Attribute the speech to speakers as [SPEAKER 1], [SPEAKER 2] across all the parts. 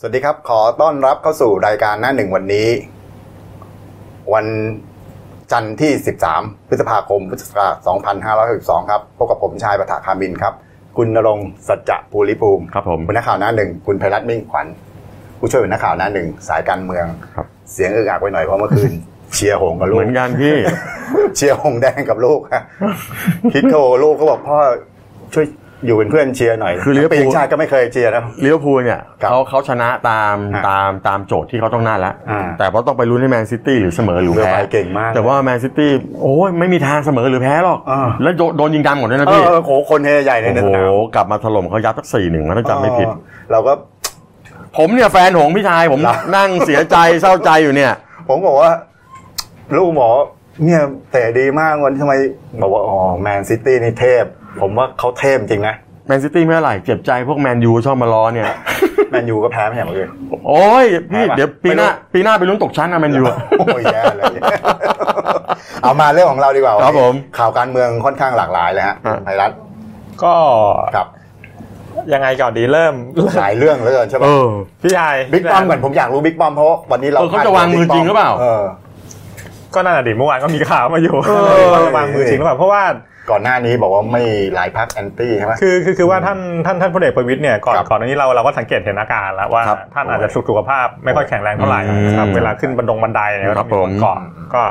[SPEAKER 1] สวัสดีครับ ขอต้อนรับเข้าสู่รายการหน้าหนึ่งวันนี้ วันจันทร์ที่ 13 พฤษภาคม พุทธศักราช2562 ครับ พบกับผมชายปฐาคามินครับ คุณณรงค์สัจจะภูริภูมิ
[SPEAKER 2] ครับผม
[SPEAKER 1] หัวหน้าข่าวหน้าหนึ่ง คุณไพรัตน์มิ่งขวัญ ผู้ช่วยหัวหน้าข่าวหน้าหนึ่ง สายการเมือง
[SPEAKER 2] ครับ
[SPEAKER 1] เสียงอึกอักไปหน่อยเพราะเมื่อคืน เชียร์หงส์กับลู ก
[SPEAKER 2] เหมือนกัน พี่
[SPEAKER 1] เชียร์หงแดงกับลูก ฮะ คิดโทรลูกก็บอกพ่อช่วยอยู่เป็นเพื่อนเชียร์หน่อย
[SPEAKER 2] คือลิเวอร์พูล
[SPEAKER 1] ปีกชาติก็ไม่เคยเชียร์นะ
[SPEAKER 2] ลิเวอร์พูลเนี่ย
[SPEAKER 1] ครับ
[SPEAKER 2] เขาเขาชนะตาม
[SPEAKER 1] อ่ะ
[SPEAKER 2] ตามตามโจทย์ที่เขาต้องน่าละ
[SPEAKER 1] อ่า
[SPEAKER 2] แต่ว่าต้องไปลุ้นให้แมนซิตี้หรือเสมอหรือ
[SPEAKER 1] เรือ
[SPEAKER 2] แพ้
[SPEAKER 1] ใบเก่งมาก
[SPEAKER 2] แต่ว่าแมนซิตี้โอ้ยไม่มีทางเสมอหรือแพ้หรอก
[SPEAKER 1] อ่า
[SPEAKER 2] แล้วโดนโดนยิงดำหมดด้วยนะ
[SPEAKER 1] เอ
[SPEAKER 2] พี่
[SPEAKER 1] อโหคนเฮใหญ่เลย
[SPEAKER 2] โอ้
[SPEAKER 1] ในส
[SPEAKER 2] โห
[SPEAKER 1] นาม
[SPEAKER 2] กลับมาถล่มเขายัดสักสี่หนึ่งถ้าจำไม่ผิด
[SPEAKER 1] เออเราก็
[SPEAKER 2] ผมเนี่ยแฟนหงส์พี่ชายผม
[SPEAKER 1] เหรอ
[SPEAKER 2] นั่งเสียใจเศร้าใจอยู่เนี่ย
[SPEAKER 1] ผมบอกว่า ลูกหมอเนี่ยเตะดีมากวันทำไมบอกว่าอ๋อแมนซิตี้นี่เทพ ผมว่าเขาเทพจริงนะ
[SPEAKER 2] แมนซิตี้ไม่เท่าไหร่เจ็บใจพวกแมนยูชอบมาล้อเนี่ย
[SPEAKER 1] แมนยูก็แพ้ไม่ใช่เมื่อคืน
[SPEAKER 2] โอ้ยพี่
[SPEAKER 1] แพ้ปะ
[SPEAKER 2] เดี๋ยวปีหน้าปีหน้าไปลุ้นตกชั้นนะแมนยู
[SPEAKER 1] โอ้ยแย่เลย เอามาเรื่องของเราดีกว่า
[SPEAKER 2] ครับผม
[SPEAKER 1] ข่าวการเมืองค่อนข้างหลากหลายเลยฮะ
[SPEAKER 2] อ่ะ
[SPEAKER 1] ไทยรัฐ
[SPEAKER 3] ก็
[SPEAKER 1] ครับ
[SPEAKER 3] ยังไงก่อนดีเริ่ม
[SPEAKER 1] หลายเรื่องเหลยใช่
[SPEAKER 2] เอ
[SPEAKER 1] ปะ
[SPEAKER 2] อ
[SPEAKER 3] พี่ชาย
[SPEAKER 1] บิ๊กป้อมก่อนผมอยากรู้บิ๊กป้อมเพราะวันนี้เรา
[SPEAKER 2] เออเขาจะวางมือจริงหรือเปล่า
[SPEAKER 1] ออ
[SPEAKER 3] ก็นั่นแหะดิเมื่อวานก็มีข่าวมาอยู่
[SPEAKER 1] อ
[SPEAKER 3] ว่าระวังมือจริงหรือเปล่าเพราะว่า
[SPEAKER 1] ก่อนหน้านี้บอกว่าไม่หลายพักแอนตี้ใช่ไหม
[SPEAKER 3] คือคือคือว่าท่านท่านท่านพลเอกประวิตยเนี่ยก่อน
[SPEAKER 1] ครับ
[SPEAKER 3] ก่อนอันนี้เราเราก็สังเกตเห็นอาการแล้วว่า
[SPEAKER 1] ครับ
[SPEAKER 3] ท่านอาจจะสุขสุขภาพไม่ค่อยแข็งแรงเท่าไหร่
[SPEAKER 2] อืม
[SPEAKER 3] นะครับเวลาขึ้นบันดงบันไดเนี่ยก็
[SPEAKER 2] ครั
[SPEAKER 3] ต้อบ งมี
[SPEAKER 2] ผ
[SPEAKER 3] ค
[SPEAKER 2] ม
[SPEAKER 3] นเกาะก็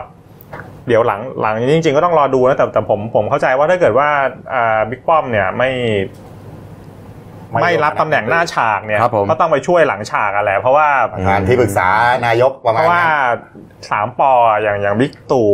[SPEAKER 3] เดี๋ยวหลังหลังนี้จริงๆก็ต้องรอดูนะแต่แต่ผมผมเข้าใจว่าถ้าเกิดว่าอ่าบิ๊กป้อมเนี่ยไม่ไม่รับตำแหน่งหน้าฉากเนี่ย
[SPEAKER 2] ครับผม
[SPEAKER 3] ก็ต้องไปช่วยหลังฉากอะแหละเพราะว่า
[SPEAKER 1] ประธานที่ปรึกษานายกประ
[SPEAKER 3] เพ
[SPEAKER 1] มาณ
[SPEAKER 3] ราะว่า
[SPEAKER 1] นั้น
[SPEAKER 3] สามปออย่างอย่างบิ๊กตู่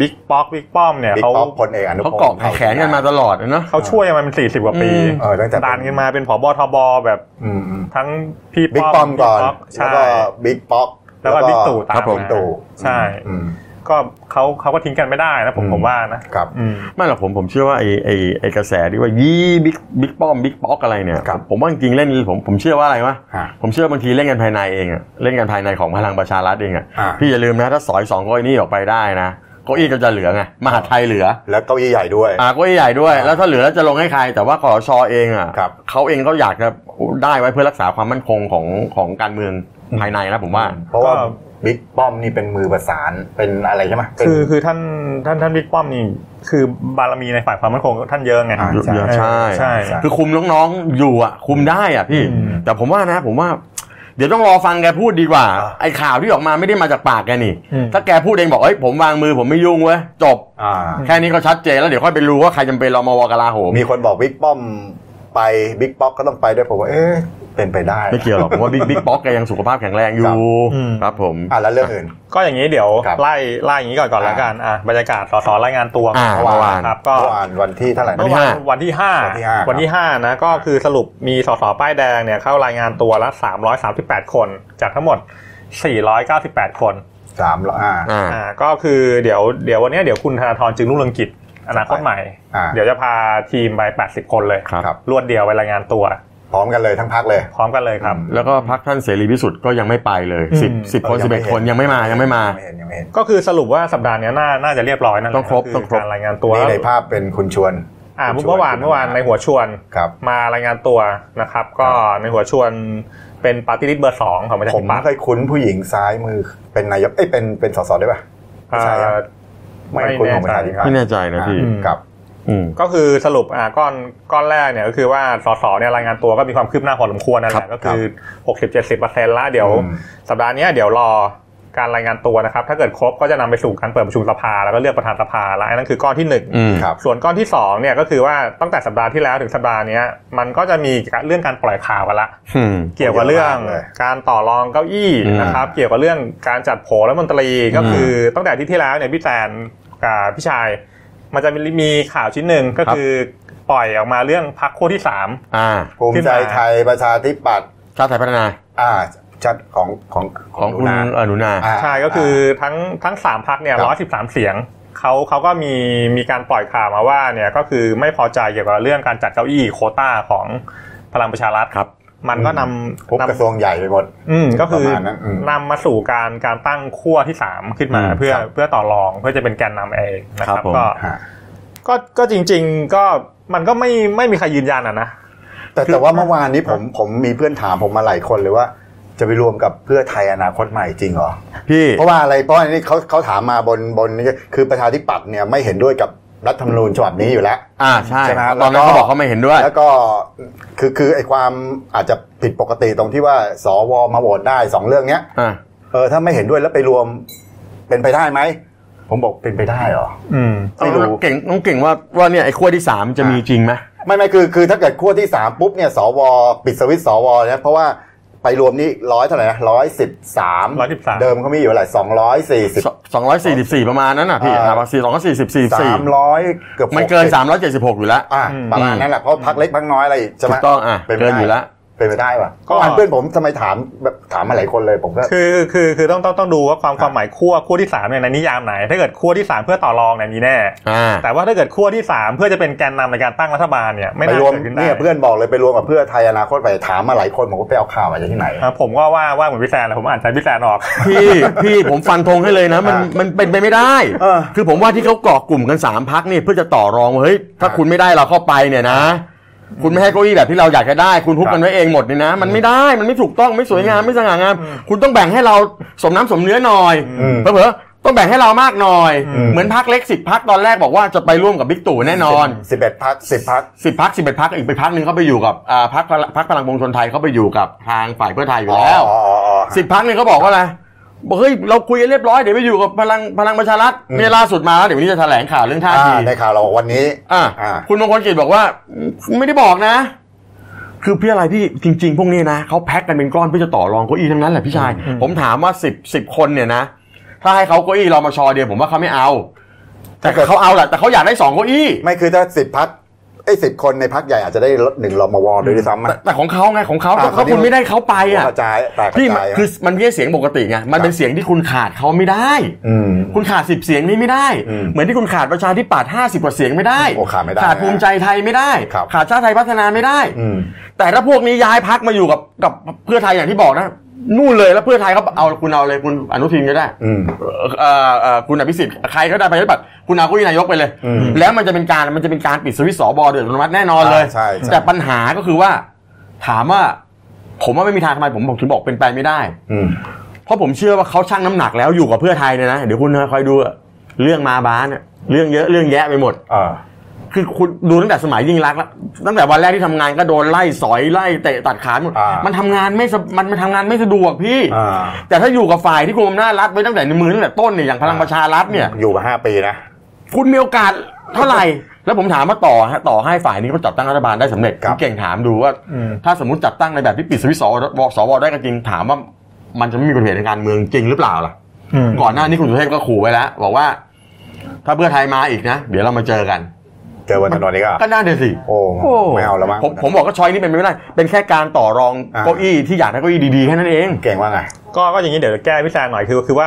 [SPEAKER 3] บิ๊กป๊อกบิ๊กป้อมเนี่ย
[SPEAKER 1] บิ๊ก
[SPEAKER 3] เขา
[SPEAKER 1] ป้อมพลเอกอนุพงศ์
[SPEAKER 2] เขาเกาะแขนกันมาตลอดนะเนอะ
[SPEAKER 3] เขาช่วยกันมาเป็นสี่สิบกว่าปี
[SPEAKER 2] อืม
[SPEAKER 1] เออตั้งแต่เป็
[SPEAKER 3] ดันกันมาเป็นผบทบแบบ
[SPEAKER 1] อืมอืม
[SPEAKER 3] ทั้งพี่
[SPEAKER 1] บิ๊กป้อมก่อน
[SPEAKER 3] ใช่
[SPEAKER 1] แล้วก็บิ๊กป๊อก
[SPEAKER 3] แล้วก็บิ๊กตู่ตาม
[SPEAKER 2] ครับผม
[SPEAKER 3] มา
[SPEAKER 1] ตู่
[SPEAKER 3] ใช่
[SPEAKER 1] อืม
[SPEAKER 3] ก็เขาเขาก็ทิ้งกันไม่ได้นะผม
[SPEAKER 1] อืม
[SPEAKER 3] ผมว่านะครับ อืม
[SPEAKER 2] ไม่หรอกผมผมเชื่อว่าไอ้ไอ้ไอ้กระแสที่ว่ายี่บิ๊กบิ๊กป้อมบิ๊กป๊อกอะไรเนี่ย
[SPEAKER 1] ครับ
[SPEAKER 2] ผมว่าจริงๆเล่นผมผมเชื่อว่าอะไรวะ
[SPEAKER 1] ฮะ
[SPEAKER 2] ผมเชื่อบางทีเล่นกันภายในเองอะเล่นกันภายในของพลังประชารัฐเองอะ
[SPEAKER 1] อ่า
[SPEAKER 2] พี่อย่าลืมนะถ้าสอยสองเก้าอี้นี่ออกไปได้นะเก้าอี้ก็จะเหลือไงมหาดไทยเหลือ
[SPEAKER 1] แล้วเก้าอี้ใหญ่ด้วย
[SPEAKER 2] อ่าเก้าอี้ใหญ่ด้วย
[SPEAKER 1] อ่า
[SPEAKER 2] แล้วถ้าเหลือแล้วจะลงให้ใคร แต่ว่าคอชอเองอะ
[SPEAKER 1] ครับ
[SPEAKER 2] เขาเองก็อยากจะได้ไว้เพื่อรักษาความมั่นคงของของการเมืองภายในนะผมว่า
[SPEAKER 1] เพราะว่าบิ๊กป้อมนี่เป็นมือประสานเป็นอะไรใช่ไหมเป็น
[SPEAKER 3] คือคือท่านท่านท่านบิ๊กป้อมนี่คือบารมีในฝ่ายความมั่นคงท่านเยอะไง
[SPEAKER 1] อ่า
[SPEAKER 2] ใช่ใช่
[SPEAKER 3] ใช่
[SPEAKER 1] ใช่
[SPEAKER 2] คือคุมน้องๆอยู่อ่ะ คุมได้อ่ะพี่
[SPEAKER 3] อืม
[SPEAKER 2] แต่ผมว่านะ ผมว่า เดี๋ยวต้องรอฟังแกพูดดีกว่า
[SPEAKER 1] อ่ะ
[SPEAKER 2] ไอ้ข่าวที่ออกมาไม่ได้มาจากปากแกนี่
[SPEAKER 3] อืม
[SPEAKER 2] ถ้าแกพูดเองบอกเอ้ยผมวางมือผมไม่ยุ่งเว้ยจบ
[SPEAKER 1] อ่า
[SPEAKER 2] แค่นี้ก็ชัดเจนแล้วเดี๋ยวค่อยไปรู้ว่าใครจำเป็นรอมวกลาโหม
[SPEAKER 1] มีคนบอกบิ๊กป้อมไปบิ๊กป๊อกก็ต้องไปด้วยผมว่าเอ๊ะเป็นไปได้
[SPEAKER 2] ไม่เกี่ยวหรอ กผมว่าบิ๊กบิ๊กป๊อกแกยังสุขภาพแข็งแรงอ
[SPEAKER 1] ครั
[SPEAKER 2] ยู่
[SPEAKER 1] บ
[SPEAKER 3] อืม
[SPEAKER 2] ครับผม
[SPEAKER 1] อ่ะแล้วเรื่องอื่น
[SPEAKER 3] ก็อย่างนี้เดี๋ยว
[SPEAKER 1] ครับ
[SPEAKER 3] ไล่ไล่อย่างนี้ก่อนก่อนละกันอ่ะบรรยากาศสสรายงานตัว
[SPEAKER 2] อ่าเมื่อวาน
[SPEAKER 3] ครับก็
[SPEAKER 1] เมื่อวานวันที่เท่าไหร่นะ
[SPEAKER 2] วันที่
[SPEAKER 3] เมื่อวานวันที่ห้า
[SPEAKER 1] วันที่ห้า
[SPEAKER 3] วันที่ห้านะก็คือสรุปมีสสป้ายแดงเนี่ยเข้ารายงานตัวละ338 คน จากทั้งหมด 498 คน
[SPEAKER 1] สามร้อยอ่า
[SPEAKER 2] อ่า
[SPEAKER 3] อ่าก็คือเดี๋ยวเดี๋ยววันเนี้ยเดี๋ยวคุณธนาธรจึงรุ่งเรืองกิจอนาคตใหม่
[SPEAKER 1] อ่า
[SPEAKER 3] เดี๋ยวจะพาทีมไป 80 คนเลย
[SPEAKER 2] ครับ
[SPEAKER 1] ครับ
[SPEAKER 3] รวดเดียวไปรายงานตัว
[SPEAKER 1] พร้อมกันเลยทั้งพักเลย
[SPEAKER 3] พร้อมกันเลยครับ
[SPEAKER 2] แล้วก็พักท่านเสรีพิสุทธิ์ก็ยังไม่ไปเลย
[SPEAKER 3] อืม
[SPEAKER 2] สิบสิบคน
[SPEAKER 1] เออยัง
[SPEAKER 2] สิบ
[SPEAKER 1] ไม่
[SPEAKER 2] เอ็ด
[SPEAKER 1] เห็น
[SPEAKER 2] คนยังไม่มายังไม่มา
[SPEAKER 1] เห็นยังไม่เห็น
[SPEAKER 3] ก็คือสรุปว่าสัปดาห์เนี้ยน่าน่าจะเรียบร้อยนั่นแหละ
[SPEAKER 2] ต้องครบต้องครบ
[SPEAKER 3] การรายงานตัว
[SPEAKER 1] นี่ในภาพเป็นคุณชวน
[SPEAKER 3] อ่าเมื่อวานเมื่อวานในหัวชวน
[SPEAKER 1] ครับ
[SPEAKER 3] มารายงานตัวนะครับ ก็ในหัวชวนเป็นปาร์ตี้ลิสต์เบอร์สองของประชา
[SPEAKER 1] ผ
[SPEAKER 3] ธิ
[SPEAKER 1] ม
[SPEAKER 3] ปัตย์
[SPEAKER 1] เคยคุ้นผู้หญิงซ้ายมือเป็นนายกเอ้ยเป็นเป็นสสได้ป่ะ
[SPEAKER 3] เอ่อ
[SPEAKER 1] ใช่ครับ ไม่คุ้นของประชาธิปัตย์
[SPEAKER 2] ไม่แน่ใจนะพี่
[SPEAKER 3] อืม
[SPEAKER 1] ครับ
[SPEAKER 2] อืม
[SPEAKER 3] ก็คือสรุปอ่าก้อนก้อนแรกเนี่ยก็คือว่าสสเนี่ยรายงานตัวก็มีความคืบหน้าพอสมควรนั่นแห
[SPEAKER 2] ครั
[SPEAKER 3] ละ
[SPEAKER 2] บ
[SPEAKER 3] ก็คือ 60-70%เจ็ดสิบเปอร์เซ็นต์ละเดี๋ยว
[SPEAKER 1] อืม
[SPEAKER 3] สัปดาห์เนี้ยเดี๋ยวรอการรายงานตัวนะครับ ถ้าเกิดครบก็จะนำไปสู่การเปิดประชุมสภาแล้วก็เลือกประธานสภาแล้วอันนั้นคือก้อนที่หนึ่ง
[SPEAKER 2] อืม
[SPEAKER 1] ครับ
[SPEAKER 3] ส่วนก้อนที่สองเนี่ยก็คือว่าตั้งแต่สัปดาห์ที่แล้วถึงสัปดาห์เนี้ยมันก็จะมีเรื่องการปล่อยข่าวกันละ
[SPEAKER 2] อืม
[SPEAKER 3] เกี่ยวกับเรื่อง
[SPEAKER 1] เยอะมากเลย
[SPEAKER 3] การต่อรองเก้าอี้
[SPEAKER 2] อืม
[SPEAKER 3] นะครับ เกี่ยวกับเรื่องการจัดโผล่และมนตรีก็คือตั้งแต่อาที่ที่แล้วเนี่ยพี่แตนกับพี่ชาย มันจะมีมีข่าวชิ้นหนึ่งก็
[SPEAKER 2] ครับ
[SPEAKER 3] คือปล่อยออกมาเรื่องพักขั้วที่สาม
[SPEAKER 2] อ่า
[SPEAKER 1] ภูมิใจไทยประชาธิปัตย์
[SPEAKER 2] ชาติไทยพัฒนา
[SPEAKER 1] อ่าชัดของของ
[SPEAKER 2] ของคุณ
[SPEAKER 1] หนูนา
[SPEAKER 2] อนุนา
[SPEAKER 1] อ่า
[SPEAKER 3] ใช่ก็คือทั้งทั้งสามพักเนี่
[SPEAKER 1] ค
[SPEAKER 3] ย
[SPEAKER 1] รั
[SPEAKER 3] ร้อบ ยสิบสามเสียงเขาเขาก็มีมีการปล่อยข่าวมาว่าเนี่ยก็คือไม่พอใจเกี่ยวกับเรื่องการจัดเก้าอี้โควต้าของพลังประชารัฐ
[SPEAKER 2] ครับ
[SPEAKER 3] มันก็
[SPEAKER 1] พ
[SPEAKER 3] น
[SPEAKER 1] บ
[SPEAKER 3] ำนำ
[SPEAKER 1] กระทรวงใหญ่ไปหมด
[SPEAKER 3] อืมก็คื
[SPEAKER 1] ป
[SPEAKER 3] อ
[SPEAKER 1] ระมาณนั้นอืม
[SPEAKER 3] นำมาสู่การการตั้งขั้วที่สามขึ้นมา
[SPEAKER 2] อืม
[SPEAKER 3] เพื่อ
[SPEAKER 1] ครับ
[SPEAKER 3] เพื่อต่อรองเพื่อจะเป็นแกนนำเองนะค
[SPEAKER 2] ครั
[SPEAKER 3] รับบ
[SPEAKER 2] ผม
[SPEAKER 3] ก็
[SPEAKER 1] ฮะ
[SPEAKER 3] ก็ก็จริง ๆ ก็มันก็ไม่ไม่มีใครยืนยันอ่ะนะ
[SPEAKER 1] แต่
[SPEAKER 3] คือ
[SPEAKER 1] แต่ว่าเมื่อวานนี้ผมผมมีเพื่อนถามผมมาหลายคนเลยว่า จะไปรวมกับเพื่อไทยอนาคตใหม่จริงเหรอ
[SPEAKER 2] พี่
[SPEAKER 1] เพราะว่าอะไรเพราะอันนี้เขาเขาถามมาบนบนนี่คือประชาธิปัตย์เนี่ยไม่เห็นด้วยกับรัฐธรรมนูญฉบับนี้อยู่แล้ว
[SPEAKER 2] อ่าใช่
[SPEAKER 1] ใช่ไหม
[SPEAKER 2] ตอนนั้น
[SPEAKER 1] แล้วก็
[SPEAKER 2] เขาบอกเขาไม่เห็นด้วย
[SPEAKER 1] แล้วก็คือคือไอ้ความอาจจะผิดปกติตรงที่ว่าสวมาโหวตได้สองเรื่องเนี้ย
[SPEAKER 2] อ่า
[SPEAKER 1] เออถ้าไม่เห็นด้วยแล้วไปรวมเป็นไปได้ไหม ผมบอกเป็นไปได้เหรอ
[SPEAKER 3] อืม
[SPEAKER 1] ไม่รู้
[SPEAKER 2] เก่งน้องเก่งว่าว่าเนี่ยไอ้ขั้วที่สามจะมีจริงไหม
[SPEAKER 1] ไม่ไม่คือคือถ้าเกิดขั้วที่สามปุ๊บเนี่ยสวปิดสวิตช์สวเนี่ยเพราะว่าไปรวมนี่ร้อยเท่าไหร่นะร้อยสิบสาม
[SPEAKER 3] 113
[SPEAKER 1] เดิมเขามีอยู่เท่าไหร่สองร้อยสี่สิบ
[SPEAKER 2] สองร้อยสี่สิบสี่ประมาณนั้นน่ะพี่
[SPEAKER 1] อ่า
[SPEAKER 2] อ่าสี่สองร้อยสี่สิบสี่
[SPEAKER 1] สา
[SPEAKER 2] สี่
[SPEAKER 1] มร้อยเกือบ
[SPEAKER 2] มันเกิน
[SPEAKER 1] 60
[SPEAKER 2] สามร้อยเจ็ดสิบหกอยู่แล้ว
[SPEAKER 1] อ่ะ
[SPEAKER 3] อืม
[SPEAKER 1] ประมาณนั้นแหละเพราะพักเล็กพักน้อยอะไรอีกใช่ไหม
[SPEAKER 2] ถูกต้องอ่ะ
[SPEAKER 1] ป็นไป
[SPEAKER 2] เกิน
[SPEAKER 1] ได้
[SPEAKER 2] อยู่แล้ว
[SPEAKER 1] เป็นไปได้ป่ะ
[SPEAKER 3] ก็
[SPEAKER 1] ก็เพื่อนผมทำไมถามแบบถามมาหลายคนเลยผมก็
[SPEAKER 3] คือคือคือต้องต้องต้องดูว่าความความหมายขั้วขั้วที่สามเนี่ยในนิยามไหน ถ้าเกิดขั้วที่สามเพื่อต่อรองเนี่ยมีแน่
[SPEAKER 2] อ่า
[SPEAKER 3] แต่ว่าถ้าเกิดขั้วที่สามเพื่อจะเป็นแกนนำในการตั้งรัฐบาลเนี่ยไม่
[SPEAKER 1] ไป
[SPEAKER 3] น่าร
[SPEAKER 1] วม
[SPEAKER 3] เกิดขึ้นได้
[SPEAKER 1] เนี่ยเพื่อนบอกเลยไปรวมกับเพื่อไทยอนาคตไปถามมาหลายคนผมก็ไปเอาข่าวมาจากที่ไหน
[SPEAKER 3] อ่ะผมก็ว่าว่าเหมือนพี่แซนแหละผมอ่านใจพี่แซนออก
[SPEAKER 2] พี่พี่ผมฟันธงให้เลยนะ มัน
[SPEAKER 1] อ่ะ
[SPEAKER 2] มันเป็นไปไม่ได้
[SPEAKER 1] เออ
[SPEAKER 2] คือผมว่าที่เขาเกาะกลุ่มกันสามพักนี่เพื่อจะต่อรองว่าเฮ้ยถ้า
[SPEAKER 1] อ่ะ
[SPEAKER 2] คุณไม่ได้เราเข้าไปเนี่ยนะ คุณไม่ให้เก้าอี้แบบที่เราอยากจะได้ คุณทุบ
[SPEAKER 1] ครับ
[SPEAKER 2] กันไว้เองหมดนี่นะ มันไม่ได้มันไม่ถูกต้องไม่สวยงามไม่สง่างาม คุณต้องแบ่งให้เราสมน้ำสมเนื้อหน่อย
[SPEAKER 1] อืม
[SPEAKER 2] เผลอๆต้องแบ่งให้เรามากหน่อย
[SPEAKER 1] อืม
[SPEAKER 2] เหมือนพักเล็กสิบพักตอนแรกบอกว่าจะไปร่วมกับบิ๊กตู่แน่นอน
[SPEAKER 1] สิบเอ็ดพักสิบพัก
[SPEAKER 2] สิบพักสิบเอ็ดพักอีกไปพักหนึ่งเขาไปอยู่กับอ่าพักพักพลังวงชนไทยเขาไปอยู่กับทางฝ่ายเพื่อไทยอยู่แล้ว
[SPEAKER 1] อ๋ออ๋ออ๋อ
[SPEAKER 2] สิบพักเนี่ยเขาบอกว่าอะไรบอกเฮ้ยเราคุยกันเรียบร้อยเดี๋ยวไปอยู่กับพลังพลังประชารัฐ
[SPEAKER 1] อืม
[SPEAKER 2] เนี่ยล่าสุดมาแล้วเดี๋ยววันนี้จะแถลงข่าวเรื่องท่าที
[SPEAKER 1] อ่าในข่าวเราบอกวันนี้
[SPEAKER 2] อ่า
[SPEAKER 1] อ่า
[SPEAKER 2] คุณมงคลกิจบอกว่าไม่ได้บอกนะ คือพี่อะไรพี่จริง ๆ พวกนี้นะเขาแพ็กกันเป็นก้อนเพื่อจะต่อรองเก้าอี้ทั้งนั้นแหละพี่ชาย ผมถามว่าสิบสิบคนเนี่ยนะ ถ้าให้เขาเก้าอี้รอมาชอเดียวผมว่าเขาไม่เอา แต่
[SPEAKER 1] ถ้าเกิด
[SPEAKER 2] เขาเอาแหละแต่เขาอยากได้สองเก้าอี้
[SPEAKER 1] ไม่คือถ้าสิบพักไอ้สิบคนในพักใหญ่อาจจะได้หนึ่งรมวด้วยซ้ำ
[SPEAKER 2] แต่
[SPEAKER 1] อ่ะ
[SPEAKER 2] แต่ของเขาไงของเขา
[SPEAKER 1] อ่า
[SPEAKER 2] แต่เขา
[SPEAKER 1] เขา
[SPEAKER 2] คุณ
[SPEAKER 1] ที่
[SPEAKER 2] ไม่ได้เขาไปอ่ะ
[SPEAKER 1] กระจายแต่กระ
[SPEAKER 2] พี่มัน
[SPEAKER 1] จายอ่ะ
[SPEAKER 2] คือมันไม่ใช่เสียงปกติไงมันเป็นเสียงที่คุณขาดเขาไม่ได้
[SPEAKER 1] อืม
[SPEAKER 2] คุณขาดสิบเสียงนี้ไม่ได้
[SPEAKER 1] อืม
[SPEAKER 2] เหมือนที่คุณขาดประชาธิปัตย์ห้าสิบกว่าเสียงไม่ได้
[SPEAKER 1] โอ้ขาดไม่ได้
[SPEAKER 2] ขาดภูมิใจไทยไม่ได้
[SPEAKER 1] ครับ
[SPEAKER 2] ขาดชาติไทยพัฒนาไม่ได้
[SPEAKER 1] อืม
[SPEAKER 2] แต่ถ้าพวกนี้ย้ายพักมาอยู่กับกับเพื่อไทยอย่างที่บอกนะนู่นเลยแล้วเพื่อไทยเขาเอาคุณเอาเลยคุณอนุทินก็ได้
[SPEAKER 1] อืม
[SPEAKER 2] เอ่อเอ่อเอ่อคุณอภิสิทธิ์ใครก็ได้ไปได้บัตรคุณเอาเกุ้ยนายกไปเลย
[SPEAKER 1] อืม
[SPEAKER 2] แล้วมันจะเป็นการมันจะเป็นการปิดสวิตช์สอบอเดือดร้อนแน่นอนเลย
[SPEAKER 1] ใช่ใช่
[SPEAKER 2] แต่ปัญหาก็คือว่า ถามว่า ผมว่าไม่มีทางทำไมผมผมถึงบอกเป็นไปไม่ได้
[SPEAKER 1] อืม
[SPEAKER 2] เพราะผมเชื่อว่าเขาชั่งน้ำหนักแล้วอยู่กับเพื่อไทยเนี่ยนะเดี๋ยวคุณคอยดูเรื่องมาบ้านอะเรื่องเยอะเรื่องแยะไปหมด
[SPEAKER 1] อ่า
[SPEAKER 2] คือคุณดูตั้งแต่สมัยยิ่งรักษณ์แล้วตั้งแต่วันแรกที่ทำงานก็โดนไล่สอยไล่เตะตัดขาหมด
[SPEAKER 1] อ่ามั
[SPEAKER 2] มันทำงานไม่สะมันมันทำงานไม่สะดวกพี่
[SPEAKER 1] อ่า
[SPEAKER 2] แต่ถ้าอยู่กับฝ่ายที่คุมอำนาจรัฐไว้ตั้งแต่ในมือตั้งแต่ต้นเนี่ยอย่างพลังประชารัฐเนี่ย
[SPEAKER 1] อยู่มาห้าปีนะ
[SPEAKER 2] คุณมีโอกาสเท่าไหร่ แล้วผมถามว่าต่อฮะต่อให้ฝ่ายนี้เขาจัดตั้งรัฐบาลได้สำเร็จ
[SPEAKER 1] ครับ
[SPEAKER 2] ณเก่งถามดูว่า
[SPEAKER 3] อืม
[SPEAKER 2] ถ้าสมมติจัดตั้งในแบบที่ปิดสวิตช์สวสวได้ก็จริงถามว่ามันจะไม่มีกฎเหตุในการเมืองจริงหรือเปล่าล่ะ
[SPEAKER 3] อืม
[SPEAKER 2] ก่อนหน้านี้คุณสุเทพก็ขู่ไว้แล้วบอกว่า ถ้าเพื่อไทยมาอีกนะ เดี๋ยวเรามาเจอกัน
[SPEAKER 1] เจอบนถนนนี้ก็
[SPEAKER 2] ก็น่าเดือดสิ
[SPEAKER 1] โอ้ไม่เอาแล้วมั้ง
[SPEAKER 2] ผมผมบอกก็ชอยนี้เป็นไปไม่ได้เป็นแค่การต่อรอง
[SPEAKER 1] อ่า
[SPEAKER 2] เก้าอี้ที่อยากได้เก้าอี้ดีๆแค่นั้นเอง
[SPEAKER 1] เก่งว่าไง
[SPEAKER 3] ก็ก็อย่างนี้เดี๋ยวแก้พี่แซนหน่อยคือคือว่า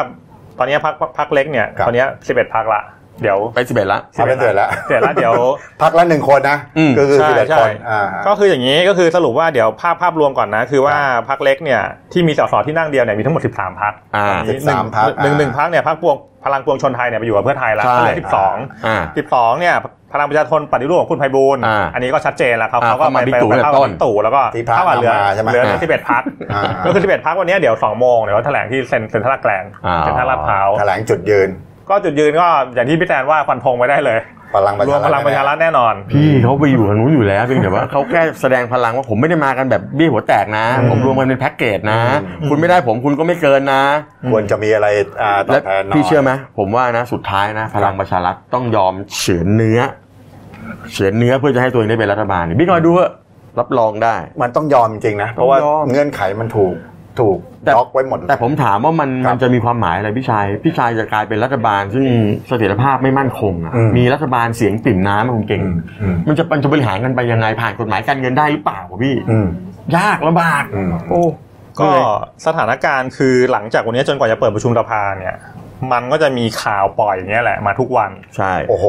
[SPEAKER 3] ตอนนี้พักพักเล็กเนี่ย
[SPEAKER 1] ครับ
[SPEAKER 3] ตอนนี้สิบเอ็ดพักละเดี๋ยว
[SPEAKER 2] ไปสิบเอ็ดละ
[SPEAKER 1] เอาเป็นเสร็จแล้ว
[SPEAKER 3] เสร็จแล้วเดี๋ยว
[SPEAKER 1] พักละหนึ่งคนนะ
[SPEAKER 2] อืม
[SPEAKER 1] ก็คือ
[SPEAKER 3] ใช่
[SPEAKER 1] สิบเอ็ด
[SPEAKER 3] ใช่
[SPEAKER 1] คนอ่า
[SPEAKER 3] ก็คืออย่างนี้ก็คือสรุปว่าเดี๋ยวภาพภาพรวมก่อนนะ คือว่าพักเล็กเนี่ยที่มีสสที่นั่งเดียวเนี่ยมีทั้งหมด 13พัก
[SPEAKER 2] อ่า
[SPEAKER 1] สิบสามพัก
[SPEAKER 3] หนึ่งหนึ่งพักเนี่ยพักพวงพลังพวงชนไทยเนี่ยไปอยู่กับเพื่อไทยละ
[SPEAKER 2] ใช่
[SPEAKER 3] เหลือสิบสอง
[SPEAKER 2] อ่า
[SPEAKER 3] สิบสองเนี่ยพลังประชาชนปฏิรูปของคุณไพบูลย์
[SPEAKER 2] อ่า
[SPEAKER 3] อันนี้ก็ชัดเจนแล้วครับ
[SPEAKER 2] อ่า
[SPEAKER 3] เขาก็
[SPEAKER 2] เข้ามาบิ๊กตู่
[SPEAKER 3] ไป
[SPEAKER 2] ตั้งแต่
[SPEAKER 3] เข้า
[SPEAKER 2] ต้
[SPEAKER 3] มาน บิ๊กตู่แล้วก็
[SPEAKER 1] ที่พระ
[SPEAKER 3] เข้ามาเหลือ
[SPEAKER 1] เอามาใช่ไหม
[SPEAKER 3] เหลือสิบเอ็ดพัก
[SPEAKER 1] อ่า
[SPEAKER 3] ก็คือสิบเอ็ดพักวันนี้เดี๋ยวสองโมงเดี๋ยวแถลงที่เซ็นเซ็นทรัลลาดแกลง
[SPEAKER 2] อ่า
[SPEAKER 3] เซ็นทรัลลาดพร้าว
[SPEAKER 1] แถลงจุดยืน
[SPEAKER 3] ก็จุดยืนก็อย่างที่พี่แตนว่าฟันธงไว้ได้เลย
[SPEAKER 1] พลังประ
[SPEAKER 3] รว
[SPEAKER 1] ชาม รัฐ
[SPEAKER 3] พลังประชารัฐแน่นอน
[SPEAKER 2] พี่เขาไปอยู่ทางนู้นอยู่แล้วเพียงแต่ว่า เขาแค่แสดงพลังว่าผมไม่ได้มากันแบบเบี้ยหัวแตกนะ
[SPEAKER 3] อืม
[SPEAKER 2] ผมรวมกันเป็นแพ็กเกจนะ คุณไม่ได้ผมคุณก็ไม่เกินนะ
[SPEAKER 1] ควรจะมีอะไรอ่าตอ
[SPEAKER 2] และ
[SPEAKER 1] บแทนหน่อย
[SPEAKER 2] พี่เชื่อไหมผมว่านะสุดท้ายนะ พลังประชารัฐต้องยอมเฉือนเนื้อ เฉือนเนื้อเพื่อจะให้ตัวเองได้เป็นรัฐบาลนี่พี่คอยดูเถอะรับรองได้
[SPEAKER 1] มันต้องยอมจริงนะ เพราะว่า
[SPEAKER 2] ต้องยอม
[SPEAKER 1] เงื่อนไขมันถูกถูก
[SPEAKER 2] แต่
[SPEAKER 1] ล็อกไว้หมด
[SPEAKER 2] แต่ผมถามว่ามัน
[SPEAKER 1] ครับ
[SPEAKER 2] มันจะมีความหมายอะไรพี่ชาย พี่ชายจะกลายเป็นรัฐบาล ซึ่งเสถียรภาพไม่มั่นคงอะ
[SPEAKER 1] อืม
[SPEAKER 2] มีรัฐบาลเสียงปริ่มน้ำอะคุณเก่ง
[SPEAKER 1] อืมอืม
[SPEAKER 2] มันจะมันจะบริหารกันไปยังไงผ่านกฎหมายการเงินได้หรือเปล่าวะพี่
[SPEAKER 1] อืม
[SPEAKER 2] ยากลำบาก
[SPEAKER 1] อืม
[SPEAKER 2] โอ้
[SPEAKER 3] ก็
[SPEAKER 2] เหนื่อย
[SPEAKER 3] สถานการณ์คือหลังจากวันนี้จนกว่าจะเปิดประชุมสภาเนี่ย มันก็จะมีข่าวปล่อยอย่างเงี้ยแหละมาทุกวัน
[SPEAKER 2] ใช่
[SPEAKER 1] โอ้โห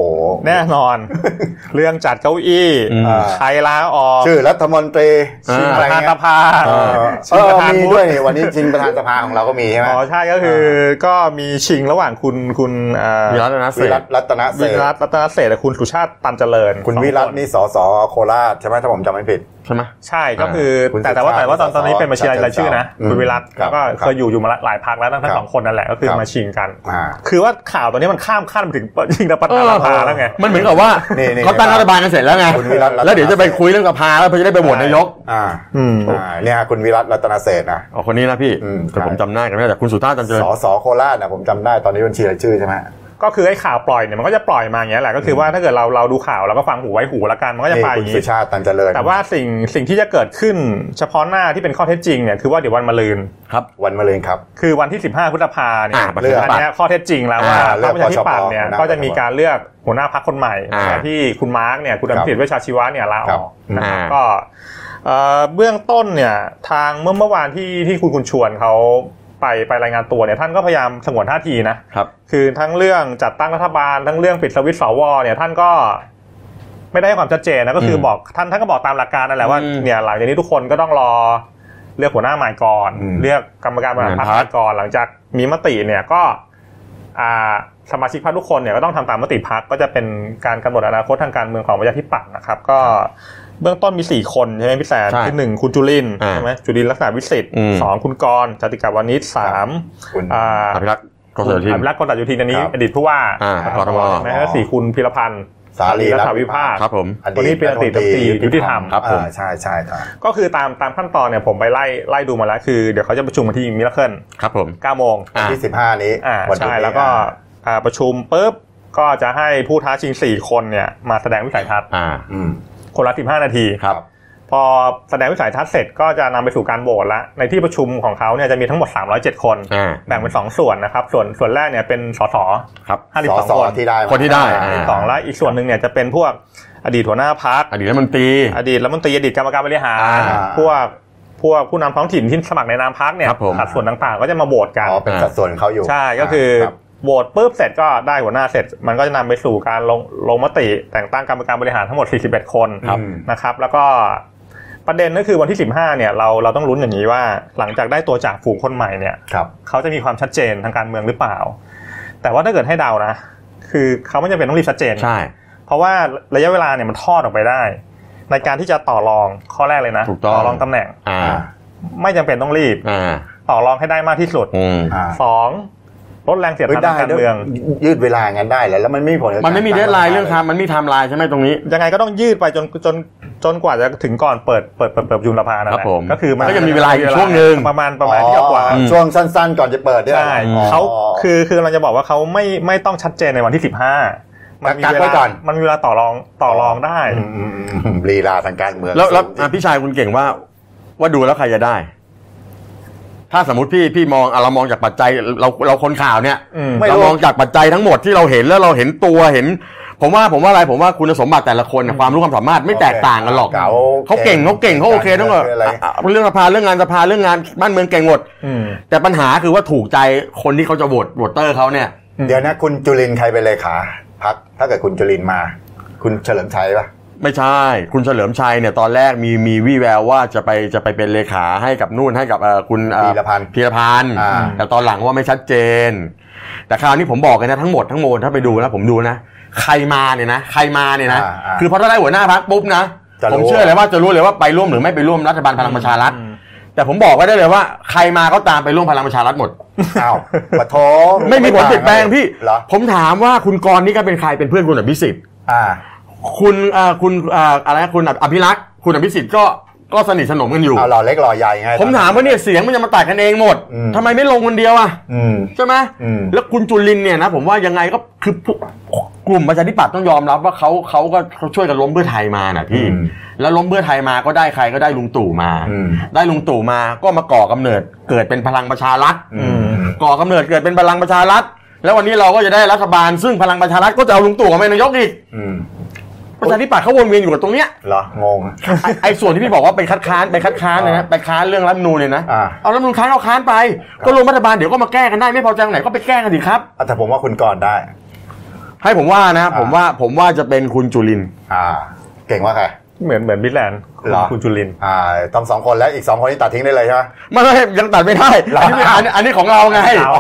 [SPEAKER 3] แน่นอน เรื่องจัดเก้าอี้
[SPEAKER 2] อืม
[SPEAKER 1] อ่า
[SPEAKER 3] ใครลาออก
[SPEAKER 1] ชื่อรัฐมนตรี
[SPEAKER 2] อ่า
[SPEAKER 1] ชื่อ
[SPEAKER 3] ป
[SPEAKER 1] อะไร
[SPEAKER 3] ระธาน
[SPEAKER 1] เงี้
[SPEAKER 3] ส
[SPEAKER 1] ย
[SPEAKER 3] ภา
[SPEAKER 1] เออ
[SPEAKER 3] ชิ
[SPEAKER 1] เองอ
[SPEAKER 3] ประธาน
[SPEAKER 1] มี
[SPEAKER 3] วุ
[SPEAKER 1] ด้วย
[SPEAKER 3] ฒิ
[SPEAKER 1] นี่วันนี้จริงประธานสภาของเราก็มีใช่ไหม
[SPEAKER 3] อ๋อใช่ก็คืออก็มีชิงระหว่างคุณคุณเอ่อ
[SPEAKER 2] มีรัฐนะเส
[SPEAKER 1] วิ
[SPEAKER 2] ร็จ
[SPEAKER 1] รัตรัตนเศ
[SPEAKER 3] วิ
[SPEAKER 1] รษ
[SPEAKER 3] รัต
[SPEAKER 1] ฐ์
[SPEAKER 3] รัตนเศรษฐ์และคุณสุชาติตันเจริญ
[SPEAKER 1] คุณ
[SPEAKER 3] สอง
[SPEAKER 1] วิรัต
[SPEAKER 3] น
[SPEAKER 1] นี่สสโคราชใช่ไหมถ้าผมจำไม่ผิด
[SPEAKER 2] ใช่ไหม
[SPEAKER 3] ใช่ก็คือ
[SPEAKER 1] คุณ
[SPEAKER 3] แต่แต่ว่า
[SPEAKER 1] สุชาติ
[SPEAKER 3] แต่ว่าตอนตอนนี้เป็นบัญชีรายชื่อนะ
[SPEAKER 1] อืม
[SPEAKER 3] คุณวิรัต
[SPEAKER 1] ครั
[SPEAKER 3] แล้ว
[SPEAKER 1] บ
[SPEAKER 3] ก็
[SPEAKER 1] ครับ
[SPEAKER 3] เคยอยู่อยู่มาหลายพักแล้วทั้ง
[SPEAKER 1] ครั
[SPEAKER 3] ทั้
[SPEAKER 1] บ
[SPEAKER 3] งสองคนนั่นแหละก็คือ
[SPEAKER 1] ครับ
[SPEAKER 3] มาชิงกัน
[SPEAKER 1] อ่า
[SPEAKER 3] คือว่าข่าวตอนนี้มันข้ามขั้นไปถึงชิงประธานสภาแล้วไง
[SPEAKER 2] มันเหมือนกับว่า
[SPEAKER 1] นี่นี่
[SPEAKER 2] เขาตั้งรัฐบาลกันเสร็จแล้วไง
[SPEAKER 1] คุณวิรัติรัตน
[SPEAKER 2] แล้วเดี๋ยวจะไปคุยเรื่องสภาแล้วเพื่อจะได้ไปโหวตนายก
[SPEAKER 1] อ่า
[SPEAKER 3] อืม
[SPEAKER 1] อ่าเนี่ยคุณวิรัตรัตนเศรษฐ์นะ
[SPEAKER 2] อ๋อคนนี้นะพี่
[SPEAKER 1] อืม
[SPEAKER 2] แต่ผม
[SPEAKER 1] ใช่
[SPEAKER 2] จำหน้ากันไม่ได้แต่คุณสุท่าตันเจริญ
[SPEAKER 1] สอสอโคราชนะผมจำได้ตอนนี้บัญชีรายชื่อใช่ไหม
[SPEAKER 3] ก็คือไอ้ข่าวปล่อยเนี่ยมันก็จะปล่อยมาอย่างเงี้ยแหละก็คือว่าถ้าเกิดเราเราดูข่าวเราก็ฟังหูไว้หูละกันมันก็จะ
[SPEAKER 1] นี่
[SPEAKER 3] ไปอ
[SPEAKER 1] คุณ
[SPEAKER 3] ย่าง
[SPEAKER 1] สุ
[SPEAKER 3] งี้
[SPEAKER 1] ชาติตันเจริญ
[SPEAKER 3] แต่ว่าสิ่งสิ่งที่จะเกิดขึ้น เฉพาะหน้าที่เป็นข้อเท็จจริงเนี่ยคือว่าเดี๋ยววันมะรืน
[SPEAKER 2] ครับ
[SPEAKER 1] วันมะเร็งครับ
[SPEAKER 3] คือวันที่ 15พฤษภาเนี่ย
[SPEAKER 2] อ่าประชาธิปัตย์
[SPEAKER 3] นเนี้ยข้อเท็จจริงแล้วว่า
[SPEAKER 1] อ่าเลือก
[SPEAKER 3] พรรคประชาธิปัตย์
[SPEAKER 1] ปชป
[SPEAKER 3] เนี่ย
[SPEAKER 1] หัวหน้า
[SPEAKER 3] ก็จะมีการเลือกหัวหน้าพรรคคนใหม่
[SPEAKER 2] อ่า
[SPEAKER 3] ที่คุณมาร์กเนี่ยคุณอภิสิทธิ์เวชชาชีวะเนี่ยลาอ
[SPEAKER 1] ครับ
[SPEAKER 3] อกนะ
[SPEAKER 2] อ่า
[SPEAKER 3] ก็เอ่อเบื้องต้นเนี่ยทางเมื่อเมื่อวานที่ที่คุณคุณชวนเขาไปไปรายงานตัวเนี่ยท่านก็พยายามสงวนท่าทีนะ
[SPEAKER 2] ครับ
[SPEAKER 3] คือทั้งเรื่องจัดตั้งรัฐบาลทั้งเรื่องปิดสวิตช์สวเนี่ยท่านก็ไม่ได้ให้ความชัดเจนนะก็คืออ
[SPEAKER 2] ม
[SPEAKER 3] บอกท่านท่านก็บอกตามหลักการนั่นแหละว่า
[SPEAKER 2] อืม
[SPEAKER 3] เนี่ยหลังจากนี้ทุกคนก็ต้องรอเลือกหัวหน้าใหม่ก่อน
[SPEAKER 1] อืม
[SPEAKER 3] เลือกกรรมการบริหารพรรค
[SPEAKER 2] บริหารพรรค
[SPEAKER 3] ใหม่ก่อน หลังจากมีมติเนี่ยก็อ่าสมาชิกพรรคทุกคนเนี่ยก็ต้องทำตามมติพรรคก็จะเป็นการกำหนดอนาคตทางการเมืองของประชาธิปัตย์นะครับ ก็เบื้องต้นมีสี่คนใช่ไหมพี่แสน
[SPEAKER 2] ใช่
[SPEAKER 3] คือหนึ่งคุณจุลินทร์
[SPEAKER 2] อ่า
[SPEAKER 3] ใช่ไหมจุลินทร์ลักษณะวิสิทธิ์
[SPEAKER 2] อืม
[SPEAKER 3] สองคุณกรณ์จติกาวานิชสาม
[SPEAKER 1] คุณ
[SPEAKER 3] อ่า
[SPEAKER 2] อภิรักษ์กสทิน
[SPEAKER 3] อภิรักษ์กรตยุทินอันนี้
[SPEAKER 1] ครับ
[SPEAKER 3] อดีตผู้ว่า
[SPEAKER 2] อ่า
[SPEAKER 3] ครั
[SPEAKER 2] ก
[SPEAKER 3] บ
[SPEAKER 2] ทม
[SPEAKER 3] ใช่ไหมแล้วสี่คุณพิรพันธ์
[SPEAKER 1] สาลี
[SPEAKER 3] รั
[SPEAKER 1] รั
[SPEAKER 3] ฐ
[SPEAKER 1] ฐ
[SPEAKER 3] วิ
[SPEAKER 1] วิ
[SPEAKER 3] ภา
[SPEAKER 1] ภา
[SPEAKER 3] ค
[SPEAKER 1] ค
[SPEAKER 2] ครับผม
[SPEAKER 3] คนนี้เป็นอดีตรัฐมนตรียุติธรรม
[SPEAKER 2] ครับผม
[SPEAKER 1] อ่าใช่ใช่ครับ
[SPEAKER 3] ก็คือตามตามขั้นตอนเนี่ยผมไปไล่ไล่ดูมาแล้วคือเดี๋ยวเขาจะประชุมวันที่มิลเคิล
[SPEAKER 2] ครับผม
[SPEAKER 3] 9โมง
[SPEAKER 2] อ่า
[SPEAKER 1] ที่สิบห้านี้
[SPEAKER 3] อ่า
[SPEAKER 1] วันพุธ
[SPEAKER 3] ใช่
[SPEAKER 1] นี้
[SPEAKER 3] แล้วก็อ่าประชุมปุ๊บก็จะให้ผู้ท้าชิง 4 คนเนี่ยมาแสดงวิสัยทัศน์
[SPEAKER 2] อ่า
[SPEAKER 1] อืม
[SPEAKER 3] คนละ 15 นาที
[SPEAKER 2] ครับ
[SPEAKER 3] พอแสดงวิสัยทัศน์เสร็จก็จะนำไปสู่การโหวตละในที่ประชุมของเขาเนี่ยจะมีทั้งหมด 307 คน
[SPEAKER 2] อ่า
[SPEAKER 3] แบ่งเป็นสองส่วนนะครับส่วนส่วนแรกเนี่ยเป็นสส
[SPEAKER 2] ครับ
[SPEAKER 1] สอส
[SPEAKER 3] 52
[SPEAKER 1] อ
[SPEAKER 3] คน
[SPEAKER 1] ที่ได้มา
[SPEAKER 2] คนที่ได้
[SPEAKER 1] อ่า
[SPEAKER 2] า
[SPEAKER 3] สองแล้วอีกส่วนหนึ่งเนี่ยจะเป็นพวกอดีตหัวหน้าพัก
[SPEAKER 2] อดีตรัฐมนตรี
[SPEAKER 3] อดีตรัฐมนตรีอดีตกรรมการบริหาร
[SPEAKER 2] อ่า
[SPEAKER 3] พวกพวกผู้นำท้องถิ่นที่สมัครในนามพักเนี่ย
[SPEAKER 2] ครับผม
[SPEAKER 3] สัดส่วนต่างๆ ก็จะมาโหวตกัน
[SPEAKER 1] อ๋อเป็นสัดส่วนของเขาอยู่
[SPEAKER 3] ใช่ก็คือ
[SPEAKER 1] รับ
[SPEAKER 3] โหวตปุ๊บเสร็จก็ได้หัวหน้าเสร็จ มันก็จะนำไปสู่การลงลงมติ แต่งตั้งกรรมการบริหารทั้งหมด 41 คน
[SPEAKER 1] อืม
[SPEAKER 3] นะครับ แล้วก็ประเด็นก็คือวันที่ 15เนี่ยเราเราต้องลุ้นอย่างนี้ว่าหลังจากได้ตัวจากฝูงคนใหม่เนี่ย
[SPEAKER 1] ครับ
[SPEAKER 3] เขาจะมีความชัดเจนทางการเมืองหรือเปล่า แต่ว่าถ้าเกิดให้เดานะ คือเขาไม่จำเป็นต้องรีบชัดเจน
[SPEAKER 2] ใช่
[SPEAKER 3] เพราะว่าระยะเวลาเนี่ยมันทอดออกไปได้ ในการที่จะต่อรองข้อแรกเลยนะ
[SPEAKER 2] ถูกต้อง
[SPEAKER 3] ต่อรองตำแหน่ง
[SPEAKER 2] อ่า
[SPEAKER 3] ไม่จำเป็นต้องรีบ
[SPEAKER 2] อ่า
[SPEAKER 3] ต่อรองให้ได้มากที่สุด
[SPEAKER 2] อืม
[SPEAKER 1] อ่า
[SPEAKER 3] สองลดแรงเสียด
[SPEAKER 1] เฮ้ย
[SPEAKER 3] ทา
[SPEAKER 1] ได้
[SPEAKER 3] นทางการ
[SPEAKER 1] ด้วย
[SPEAKER 3] เมือง
[SPEAKER 1] ยืดเวลางั้นได้แล้วแล้วมันไม่มีผลกับ
[SPEAKER 2] มันไม่มี
[SPEAKER 1] กา
[SPEAKER 2] เด
[SPEAKER 1] ตั้
[SPEAKER 2] ท
[SPEAKER 1] ง
[SPEAKER 2] ไลน์เรื่องไทม์มันมีไทม์ไลน์ใช่ไหมตรงนี้
[SPEAKER 3] ยังไงก็ต้องยืดไปจนจนจนกว่าจะถึงก่อนเปิดเปิดเปิดเปิดประชุมสภานั่น
[SPEAKER 2] ค
[SPEAKER 3] แห
[SPEAKER 2] รั
[SPEAKER 3] ละ
[SPEAKER 2] บผม
[SPEAKER 3] ก็คือมัน
[SPEAKER 2] ก็ยังมีเวลาอีกช่วงหนึ่ง
[SPEAKER 3] ประมาณป
[SPEAKER 1] อ๋
[SPEAKER 3] ระ
[SPEAKER 1] อ
[SPEAKER 3] มาณที่จะกว่า
[SPEAKER 2] อืม
[SPEAKER 1] ช่วงสั้น ๆ ก่อนจะเปิดด้วย
[SPEAKER 3] ใช่
[SPEAKER 1] อ๋อ
[SPEAKER 3] เขาคือคือเราจะบอกว่าเขาไม่ไม่ต้องชัดเจนในวันที่สิบห้ามัมี
[SPEAKER 1] กัก
[SPEAKER 3] เว
[SPEAKER 1] ไว้
[SPEAKER 3] ลา
[SPEAKER 1] ก่อน
[SPEAKER 3] มันมีเวลาต่อรองต่อรองได้
[SPEAKER 1] อืมอืมอืมลีลาทางการเมือง
[SPEAKER 2] แล้วแล้ว
[SPEAKER 1] สูง
[SPEAKER 2] อ่ะพี่ชายคุณเก่งว่า ว่าดูแล้วใครจะได้ ถ้าสมมติพี่พี่มองอ่ะเรามองจากปัจจัยเราเราคนข่าวเนี่ย
[SPEAKER 3] อืม
[SPEAKER 2] เรามองจากปัจจัยทั้งหมดที่เราเห็นแล้วเราเห็นตัวเห็น ผมว่าผมว่าอะไรผมว่าคุณสมบัติแต่ละคนน่ะความรู้ความสามารถไม่แตกต่างกันหรอก
[SPEAKER 1] เก๋า
[SPEAKER 2] เขาเก่งเขาเก่งเขาโอเคทั้งหมด
[SPEAKER 1] ะไร
[SPEAKER 2] อ่ะเรื่องสภาเรื่องงานสภาเรื่องงานบ้านเมืองเก่งหมด
[SPEAKER 3] อืม
[SPEAKER 2] แต่ปัญหาคือว่าถูกใจคนที่เขาจะโหวตโหวตเตอร์เขาเนี่ย
[SPEAKER 1] เดี๋ยวนะคุณจุลินใครเป็นเลขาพักถ้าเกิดคุณจุลินมา คุณเฉลิมชัยปะ
[SPEAKER 2] ไม่ใช่ คุณเฉลิมชัยเนี่ยตอนแรกมีมีวี่แววว่าจะไปจะไปเป็นเลขาให้กับนู่นให้กับเอ่อคุณเอ่อ
[SPEAKER 1] พีรพันธ์
[SPEAKER 2] พีรพันธ์
[SPEAKER 1] อ่า
[SPEAKER 2] แต่ตอนหลังว่าไม่ชัดเจน แต่คราวนี้ผมบอกเลยนะทั้งหมดทั้งมวลถ้าไปดูนะผมดูนะ ใครมาเนี่ยนะใครมาเนี่ยนะ
[SPEAKER 1] อ่าอ่า
[SPEAKER 2] คือพอถ้าได้หัวหน้าพักปุ๊บนะ
[SPEAKER 1] จะรู้
[SPEAKER 2] ผมเชื่อเลยว่าจะรู้เลยว่าไปร่วมหรือไม่ไปร่วมรัฐบาลพลังประชารัฐ
[SPEAKER 3] อืม
[SPEAKER 2] แต่ผมบอกไว้ได้เลยว่า ใครมาก็ตามไปร่วมพลังประชารัฐ หมด
[SPEAKER 1] อ้าวปะโถ
[SPEAKER 2] ไม่มีผลเปลี่ยนแปลงพี่
[SPEAKER 1] เหรอ
[SPEAKER 2] ผมถามว่าคุณกรณ์นี่ก็เป็นใครเป็นเพื่อนคุณอภิสิทธิ์
[SPEAKER 1] อ่า
[SPEAKER 2] คุณเอ่อคุณเอ่ออะไรนะคุณอภิรักษ์คุณอภิสิทธิ์ก็ก็สนิทสนมกันอยู่
[SPEAKER 1] เอาหล่อเล็กหล่อใหญ่ไง
[SPEAKER 2] ผมถามว่าเนี่ยเสียงมันจะมาแตกกันเองหมด
[SPEAKER 1] อืม
[SPEAKER 2] ทำไมไม่ลงคนเดียวอ่ะ
[SPEAKER 1] อืม
[SPEAKER 2] ใช่ไหม
[SPEAKER 1] อืม
[SPEAKER 2] แล้วคุณจุลินเนี่ยนะผมว่ายังไงก็คือพวกกลุ่มประชาธิปัตย์ต้องยอมรับว่าเขาเขาก็เขาช่วยกันล้มเพื่อไทยมาน่ะพี่ แล้วล้มเพื่อไทยมาก็ได้ใครก็ได้ลุงตู่มา
[SPEAKER 1] อืม
[SPEAKER 2] ได้ลุงตู่มาก็มาก่อกำเนิดเกิดเป็นพลังประชารัฐ
[SPEAKER 1] อืม
[SPEAKER 2] ก่อกำเนิดเกิดเป็นพลังประชารัฐ แล้ววันนี้เราก็จะได้รัฐบาลซึ่งพลังประชารัฐก็จะเอาลุงตู่มาเป็นนายกอีก
[SPEAKER 1] อืม
[SPEAKER 2] ประชาธิปัตย์เขาวนเวียนอยู่กับตรงเนี้ย
[SPEAKER 1] เหรอง ง
[SPEAKER 2] ไอ้ไอ้ส่วนที่พี่บอกว่าไปคัดค้านไปคัดค้านเลยนะไปค้านเรื่องรัฐธรรมนูนเนี่ยนะ
[SPEAKER 1] อ่า
[SPEAKER 2] เอารัฐธรรมนูนค้านเอาค้านไป ก็ลงรัฐบาลเดี๋ยวก็มาแก้กันได้ไม่พอใจตรงไหนก็ไปแก้กันสิครับ
[SPEAKER 1] อ่ะแต่ผมว่าคุณก่อนได้
[SPEAKER 2] ให้ผมว่านะ ผมว่าผมว่าจะเป็นคุณจุลินทร์
[SPEAKER 1] อ่า เก่งว่าใคร
[SPEAKER 3] เหมือนเหมือนบิดแลนด์คุณ
[SPEAKER 1] เหรอ
[SPEAKER 3] คุณจุลินทร์
[SPEAKER 1] อ่าต้องสองคนแล้วอีกสองคนนี่ตัดทิ้งได้เลยใช่ไหม
[SPEAKER 2] ไม่ไม่ยังตัดไม่ได้
[SPEAKER 1] เหรอ
[SPEAKER 2] อันนี้อันนี้อันนี้ของเราไง
[SPEAKER 3] เอา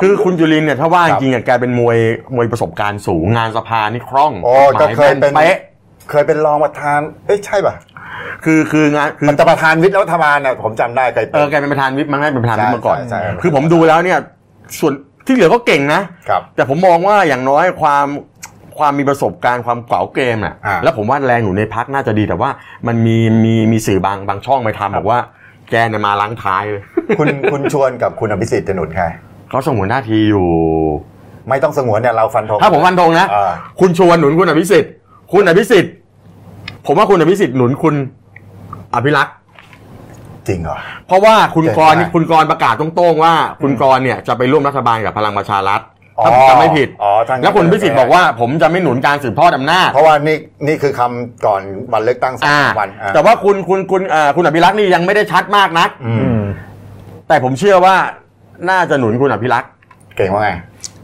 [SPEAKER 2] คือคุณจุลินทร์เนี่ยถ้าว่าจริงๆอ่ะแกเป็นมวยมวยประสบการณ์สูงงานสภานี่คล่อง
[SPEAKER 1] โอ้
[SPEAKER 2] ฎหมา
[SPEAKER 1] ก็เคยเป็น
[SPEAKER 2] แม่ป๊ะ
[SPEAKER 1] เคยเป็นรองประธาน เอ้ยใช่ป่ะ
[SPEAKER 2] คือคืองานคือ
[SPEAKER 1] มันจะประธานวิทย์รัฐบาลน่ะผมจำได้เคยเป็
[SPEAKER 2] เอ
[SPEAKER 1] น
[SPEAKER 2] อแกเป็นประธานวิปมั้งนะเป็นประธานวิปมาก่อน
[SPEAKER 1] ใช่ใช่ใช่
[SPEAKER 2] คือผมดูแล้วเนี่ย ส่วนที่เหลือก็เก่งนะ
[SPEAKER 1] ครับ
[SPEAKER 2] แต่ผมมองว่าอย่างน้อยความความมีประสบการณ์ความเก๋าเกมอ่ะ
[SPEAKER 1] อ่า
[SPEAKER 2] แล้วผมว่าแรงอยู่ในพักน่าจะดีแต่ว่า มันมีมีมีสื่อบางบางช่องไปทำบอกว่า แกเนี่ยมาล้างท้ายเลย
[SPEAKER 1] คุณคุณชวนกับคุณอภิสิทธิ์จะหนุนใคร
[SPEAKER 2] เขาสงวนหน้าทีอยู่
[SPEAKER 1] ไม่ต้องสงวนเนี่ยเราฟันธง
[SPEAKER 2] ถ้าผมฟันธงนะ
[SPEAKER 1] อ่า
[SPEAKER 2] คุณชวนหนุนคุณอภิสิทธิ์ คุณอภิสิทธิ์ ผมว่าคุณอภิสิทธิ์หนุนคุณอภิรักษ์
[SPEAKER 1] จริงเหรอ
[SPEAKER 2] เพราะว่าคุณกรณ์
[SPEAKER 1] เกิดได้
[SPEAKER 2] คุณกรณ์ประกาศตรงๆว่า คุณกรณ์เนี่ยจะไปร่วมรัฐบาลกับพลังประชารัฐถ้าผมจำไม่ผิด
[SPEAKER 1] อ๋อทาง
[SPEAKER 2] แล้วคุณอภิสิทธิ์บอกว่าผมจะไม่หนุนการสืบทอดอำนาจ
[SPEAKER 1] เพราะว่านี่นี่คือคำก่อนวันเลือกตั้งสอง
[SPEAKER 2] อ่า
[SPEAKER 1] วันอ่า
[SPEAKER 2] แต่ว่าคุณคุณคุณเอ่อคุณอภิรักษ์นี่ยังไม่ได้ชัดมากนัก
[SPEAKER 1] อืม
[SPEAKER 3] อืม
[SPEAKER 2] แต่ผมเชื่อว่าน่าจะหนุนคุณอภิรักษ์
[SPEAKER 1] เก่งว่าไง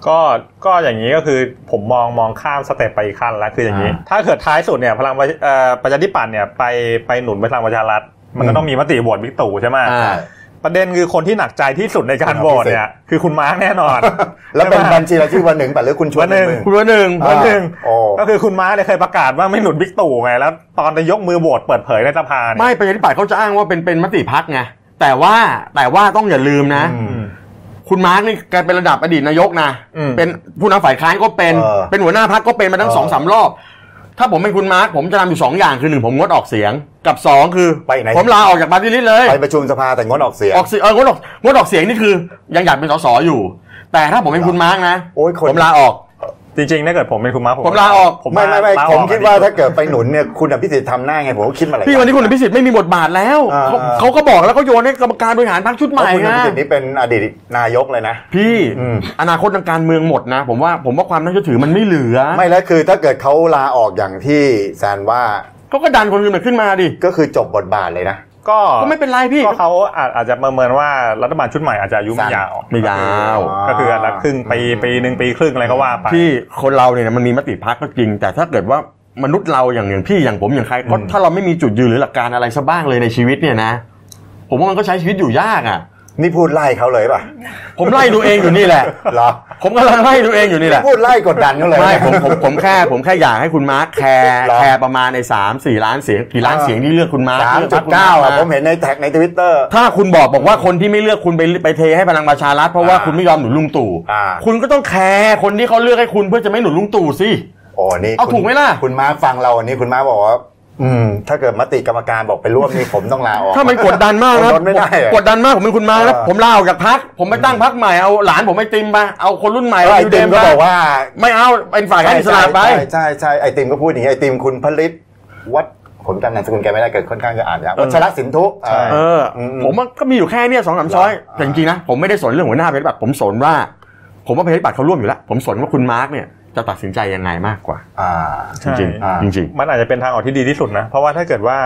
[SPEAKER 3] ก็ก็อย่างนี้ก็คือผมมองมองข้ามสเต็ปไปอีกขั้นแล้วคืออย่างนี้
[SPEAKER 2] อ่า
[SPEAKER 3] ถ้าเกิดท้ายสุดเนี่ยพลังประชาเอ่อประชาธิปัตย์เนี่ยไปไปหนุนพลังประชารัฐมันก็ต้องมีมติโหวตบิ๊กตู่ใช่ไหม
[SPEAKER 2] อ่า
[SPEAKER 3] ประเด็นคือคนที่หนักใจที่สุดในการโหวตเนี่ยคือคุณมาร์กแน่นอน
[SPEAKER 1] แล้วเป็น
[SPEAKER 3] ใช่ปะ
[SPEAKER 1] บัญชีรายชื่อวันหนึ่งป่ะหรือคุณชวน
[SPEAKER 3] วันหนึ่ง
[SPEAKER 1] มือ
[SPEAKER 2] คุณวันหนึ่ง
[SPEAKER 3] วันหนึ่ง
[SPEAKER 1] โอ้
[SPEAKER 3] ก็คือคุณมาร์กเนี่ยเคยประกาศว่าไม่หนุนบิ๊กตู่ไงแล้วตอนจะยกมือโหวตเปิดเผยในสภาเนี่ย
[SPEAKER 2] ไม่ประชาธิปัตย์เขาจะอ้างว่าเป็นเป็นมติพักไงแต่ว่าแต่ว่าต้องอย่าลืมนะ
[SPEAKER 1] อืม
[SPEAKER 2] คุณมาร์กนี่แกเป็นระดับอดีตนายกนะ
[SPEAKER 3] อืม
[SPEAKER 2] เป็นผู้นำฝ่ายค้านก็เป็น
[SPEAKER 1] เออ
[SPEAKER 2] เป็นหัวหน้าพักก็เป็นมาทั้ง
[SPEAKER 1] เออ
[SPEAKER 2] สองสามรอบ ถ้าผมเป็นคุณมาร์กผมจะทำอยู่สองอย่างคือหนึ่งผมงดออกเสียง กับสองคือ
[SPEAKER 1] ไปไหน
[SPEAKER 2] ผมลาออกจากปาร์ตี้ลิสต์เลย
[SPEAKER 1] ไปประชุมสภาแต่งดออกเสียง
[SPEAKER 2] ออกเสียงเอองดออกงดออกเสียงนี่คือ ยังอยากเป็นสสอยู่ แต่ถ้าผมเป็นคุณมาร์กนะ
[SPEAKER 1] โอ้ยคน
[SPEAKER 2] ผมลาออก
[SPEAKER 3] จริงๆถ้าเกิดผมเป็นคุณมาร์ค
[SPEAKER 2] ผมลาออก
[SPEAKER 1] ไม่ไม่ไม่
[SPEAKER 3] ล
[SPEAKER 1] ผม
[SPEAKER 3] ออก
[SPEAKER 1] คิดว่าถ้าเกิดไปหนุนเนี่ยคุณอภิสิทธิ์ทำหน้าไงผมก็คิดมาหลาย
[SPEAKER 2] พี่วันนี้คุณพิสิทธิ์ไม่มีบทบาทแล้ว
[SPEAKER 1] อ่า
[SPEAKER 2] เขาเขาก็บอกแล้วก็โยนให้กรรมการบริหารพรรคชุดให
[SPEAKER 1] เพราะ
[SPEAKER 2] ม่
[SPEAKER 1] คุณอภิ
[SPEAKER 2] นะ
[SPEAKER 1] สิทธิ์นี่เป็นอดีตนายกเลยนะ
[SPEAKER 2] พี่
[SPEAKER 1] อืม
[SPEAKER 2] อนาคตทางการเมืองหมดนะ ผมว่าผมว่าความน่าเชื่อถือมันไม่เหลือ
[SPEAKER 1] ไม่แล้วคือถ้าเกิดเขาลาออกอย่างที่แซนว่า
[SPEAKER 2] เขาก็ดันคนอื่นมาขึ้นมาดิ
[SPEAKER 1] ก็คือจบบทบาทเลยนะ
[SPEAKER 3] ก็
[SPEAKER 2] ก็ไม่เป็นไรพี่
[SPEAKER 3] ก็เขาอาจอาจจะประเมินว่ารัฐบาลชุดใหม่อาจจะอายุไม่ยาว
[SPEAKER 2] ไม่ยาว
[SPEAKER 1] อ๋อ
[SPEAKER 3] ก็คืออันละครึ่งปีปีหนึ่งปีครึ่งอะไรก็ว่าไป
[SPEAKER 2] พี่คนเราเนี่ยมันมีมติพักก็จริง แต่ถ้าเกิดว่ามนุษย์เราอย่างอย่างพี่อย่างผมอย่างใครก็ถ้าเราไม่มีจุดยืนหรือหลักการอะไรสักบ้างเลยในชีวิตเนี่ยนะ ผมว่ามันก็ใช้ชีวิตอยู่ยากอ่ะ
[SPEAKER 1] นี่พูดไล่เขาเลยป่ะ
[SPEAKER 2] ผมไล่ดูเองอยู่นี่แหละ
[SPEAKER 1] เหรอ
[SPEAKER 2] ผมกำลังไล่ดูเองอยู่นี่แหละ
[SPEAKER 1] พูดไล่กดดันเขาเลย
[SPEAKER 2] ไม่ผมผมผมแค่ผมแค่อยากให้คุณมาร์คแคร์
[SPEAKER 1] เหรอ
[SPEAKER 2] แคร์ประมาณในสามสี่ล้านเสียงกี่ล้านเสียงที่เลือกคุณมาร์ค
[SPEAKER 1] สาม
[SPEAKER 2] ลือ
[SPEAKER 1] จุด
[SPEAKER 2] พรรคคุณ
[SPEAKER 1] เก้า
[SPEAKER 2] ร์ค
[SPEAKER 1] อะ
[SPEAKER 2] ม
[SPEAKER 1] ผมเห็นในแท็กในทวิตเตอร์
[SPEAKER 2] ถ้าคุณบอกบอกว่าคนที่ไม่เลือกคุณไปไปเทให้พลังประชารัฐเพราะว่า
[SPEAKER 1] อ่า
[SPEAKER 2] คุณไม่ยอมหนุนลุงตู่
[SPEAKER 1] อ่า
[SPEAKER 2] คุณก็ต้องแคร์คนที่เขาเลือกให้คุณเพื่อจะไม่หนุนลุงตู่สิ
[SPEAKER 1] โอ้นี่
[SPEAKER 2] เอา
[SPEAKER 1] คุณ
[SPEAKER 2] ถูกไหมล่ะ
[SPEAKER 1] คุณมาร์คฟังเราอันนี้คุณมาร์คบอกว่า อืม ถ้าเกิดมติกรรมการบอกไปร่วมนี่ผมต้องลาออก
[SPEAKER 2] ถ้ามันกดดันมากนะ
[SPEAKER 1] ผมทนไม่ได้อะ
[SPEAKER 2] กดดันมากผมเป็นคุณมาแล้ว
[SPEAKER 1] เออ
[SPEAKER 2] ผมลาออกจากพักผมไปตั้งพักใหม่เอาหลานผมไอติมไปเอาคนรุ่นใหม่
[SPEAKER 1] ไอ
[SPEAKER 2] ยูเด
[SPEAKER 1] ติม
[SPEAKER 2] ม
[SPEAKER 1] ก็
[SPEAKER 2] ไป
[SPEAKER 1] บอกว่า
[SPEAKER 2] ไม่เอาเป็นฝ่ายการอิสระไป
[SPEAKER 1] ใช่ใช่ใช่ไอติมก็พูดอย่างนี้ไอติมคุณผลิตวัดผมจำนามสกุลแกไม่ได้เกิดค่อนข้างจะอ่านยากวัชระสินทุ
[SPEAKER 3] ใช่
[SPEAKER 2] เอ
[SPEAKER 1] อ่า
[SPEAKER 2] ออ
[SPEAKER 1] ม
[SPEAKER 2] ผมว่าก็มีอยู่แค่เนี่ยสองสามช้อย
[SPEAKER 1] อ่า
[SPEAKER 2] แต่จริงๆนะผมไม่ได้สนเรื่องหัวหน้าเพจบัตรผมสนว่า ผมว่าเพจบัตรเขาร่วมอยู่แล้วผมสนว่าคุณมาร์กเนี่ยจะตัดสินใจยังไงมากกว่า
[SPEAKER 1] อ่า
[SPEAKER 2] จริง
[SPEAKER 1] อ่า
[SPEAKER 2] ๆจริง
[SPEAKER 3] มันอาจจะเป็นทางออกที่ดีที่สุดนะ เพราะว่าถ้าเกิดว่า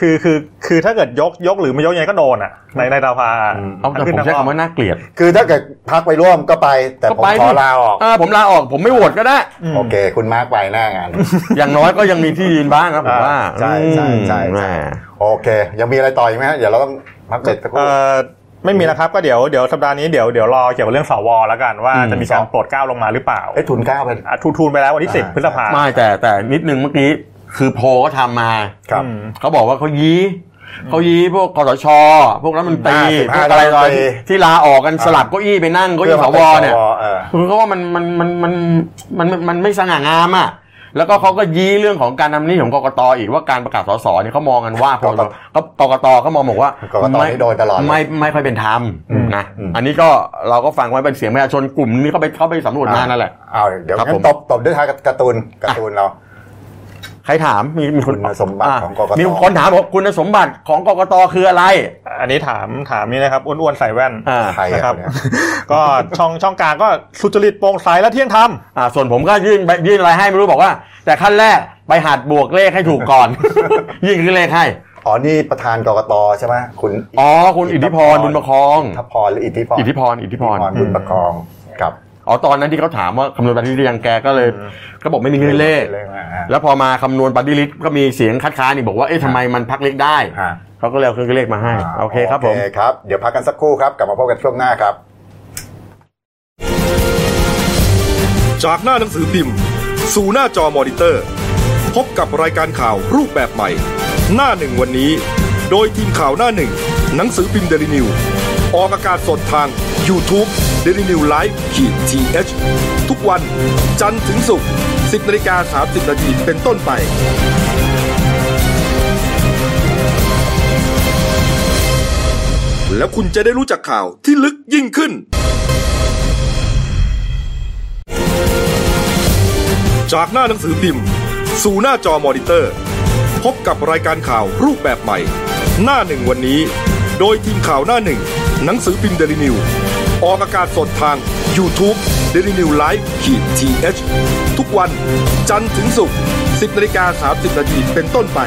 [SPEAKER 3] คือคือคือถ้าเกิดยกยกหรือไม่ยกยังไงก็โดนอ่ะ ในในดาวพา
[SPEAKER 1] อืม
[SPEAKER 2] ๆเอาแต่ผมใช้คำว่าน่าเกลียด
[SPEAKER 1] คือถ้าเกิดพักไปร่วมก็ไป แต่ผม
[SPEAKER 2] ก็ไป
[SPEAKER 1] ขอ
[SPEAKER 2] ดิ
[SPEAKER 1] ลาออก
[SPEAKER 2] อ่าผมลาออกผมไม่โหวตก็ได้
[SPEAKER 1] โอเค คุณมาร์คไปหน้างาน
[SPEAKER 2] อย่างน้อยก็ยังมีที่ยืนบ้างครับผมว่า
[SPEAKER 1] ใช่ใช่ใช่ใช่
[SPEAKER 2] แม่
[SPEAKER 1] โอเค ยังมีอะไรต่ออีกไหมฮะเดี๋ยวเราต้องพักเบรกสักค
[SPEAKER 3] เอ
[SPEAKER 1] รู่
[SPEAKER 3] อไม่มีแล้วครับก็เดี๋ยวเดี๋ยวสัปดาห์นี้เดี๋ยวเดี๋ยวรอเกี่ยวกับเรื่องสวแล้วกันว่าจะมีการ
[SPEAKER 1] ครับ
[SPEAKER 3] โปลดเกล้าลงมาหรือเปล่า
[SPEAKER 1] ไอ้ยทุนเก้าไป
[SPEAKER 3] อ่ะทูทูนไปแล้ววันที่สิบ
[SPEAKER 1] อ่า
[SPEAKER 3] พฤษภา
[SPEAKER 2] ไม่แต่แต่นิดนึงเมื่อกี้คือโพลก็ทำมา
[SPEAKER 1] ครับ
[SPEAKER 3] อืม
[SPEAKER 2] เขาบอกว่าเขายี้เขายี้พวกคอสช พวกรัฐมนตรี
[SPEAKER 1] อ่าสิบ
[SPEAKER 2] พว
[SPEAKER 1] ห้าก
[SPEAKER 2] อะไรต่
[SPEAKER 1] รัฐม
[SPEAKER 2] อ
[SPEAKER 1] นตรี
[SPEAKER 2] ที่ลาออกกันสลับเก้าอี้ไปนั่งเก้าอี้สวเนี่ย
[SPEAKER 1] เออ
[SPEAKER 2] คือเขาว่ามันมันมันมันมันมันมันไม่สง่างามอ่ะ แล้วก็เขาก็ยี้เรื่องของการทำหนี่ของกกตอีกว่าการประกาศสสเนี่ยเขามองกันว่าพอก
[SPEAKER 1] ก
[SPEAKER 2] ก
[SPEAKER 1] ต
[SPEAKER 2] ตกกตเขามองบอกว่าก
[SPEAKER 1] กตนี่โดนตลอดเลย
[SPEAKER 2] ไม่ไม่ค่อยเป็นธรรมนะ
[SPEAKER 1] อืม
[SPEAKER 2] อันนี้ก็เราก็ฟังไว้เป็นเสียงประชาชนกลุ่มนี้เขาไปเขาไปสำรวจมานั่นแหละ
[SPEAKER 1] เอาเดี๋ยว
[SPEAKER 2] ครับ
[SPEAKER 1] งั้
[SPEAKER 2] ผม
[SPEAKER 1] นตบตบด้วยทางการ์ตูนการ์ตูนเรา
[SPEAKER 2] ใครถามมีมีคน
[SPEAKER 1] คุณสมบัติของกกต
[SPEAKER 2] มีคนถามบอกคุณสมบัติของกกตคืออะไร
[SPEAKER 3] อันนี้ถามถามนี่นะครับอ้วนๆใส่แว่น
[SPEAKER 2] อ่า
[SPEAKER 1] ใครอะ
[SPEAKER 3] นะครับ
[SPEAKER 1] เนี่ย
[SPEAKER 3] ก็ช่องช่องกลางก็สุจริตโปร่งใสและเที่ยงธรรม
[SPEAKER 2] อ่าส่วนผมก็ยื่นไปยื่นอะไรให้ไม่รู้บอกว่า แต่ขั้นแรกไปหัดบวกเลขให้ถูก ก่อน ยื่นขึ้นเลขให้
[SPEAKER 1] อ๋อนี่ประธานกกตใช่ไหมคุณ
[SPEAKER 2] อ๋อคุณอิทธิพรบุญประคอง
[SPEAKER 1] อิทธพรหรืออิทธิพร
[SPEAKER 2] อิทธิพร อิทธิพร
[SPEAKER 1] พรบุญประกองกับ
[SPEAKER 2] อ๋อ ตอนนั้นที่เขาถามว่าคำนวณปฏิริษียังแกก็เลย ก็บอกไม่มีเงื่อนเลข
[SPEAKER 1] เรื่องอะไรฮะ
[SPEAKER 2] แล้วพอมาคำนวณปฏิริษีก็มีเสียงคัดค้านอีกบอกว่า เอ๊ะทำไมมันพักเล็กได้
[SPEAKER 1] ฮะ
[SPEAKER 2] เขาก็เลยเอาเครื่องเลขมาให้ โอเคครับผม
[SPEAKER 1] โอเคครับ เดี๋ยวพักกันสักครู่ครับ กลับมาพบกันช่วงหน้าครับ
[SPEAKER 4] จากหน้าหนังสือพิมพ์ สู่หน้าจอมอนิเตอร์ พบกับรายการข่าวรูปแบบใหม่ หน้าหนึ่งวันนี้ โดยทีมข่าวหน้าหนึ่ง หนังสือพิมพ์เดลินิว ออกอากาศสดทาง YouTube d e l i n e w l i v e ขีดทีทุกวันจันทร์ถึงศุกร์10นาฬิกา30นาทีเป็นต้นไป แล้วคุณจะได้รู้จักข่าวที่ลึกยิ่งขึ้น จากหน้าหนังสือพิมพ์ สู่หน้าจอมอนิเตอร์ พบกับรายการข่าวรูปแบบใหม่ หน้าหนึ่งวันนี้ โดยทีมข่าวหน้าหนึ่ง หนังสือพิมพ์เดลินิว ออกอากาศสดทาง y o u t u เดลินิวไลฟ์ขีดทีเทุกวันจันทร์ถึงศุกร์10นาฬิกา30นาทีเป็นต้นไป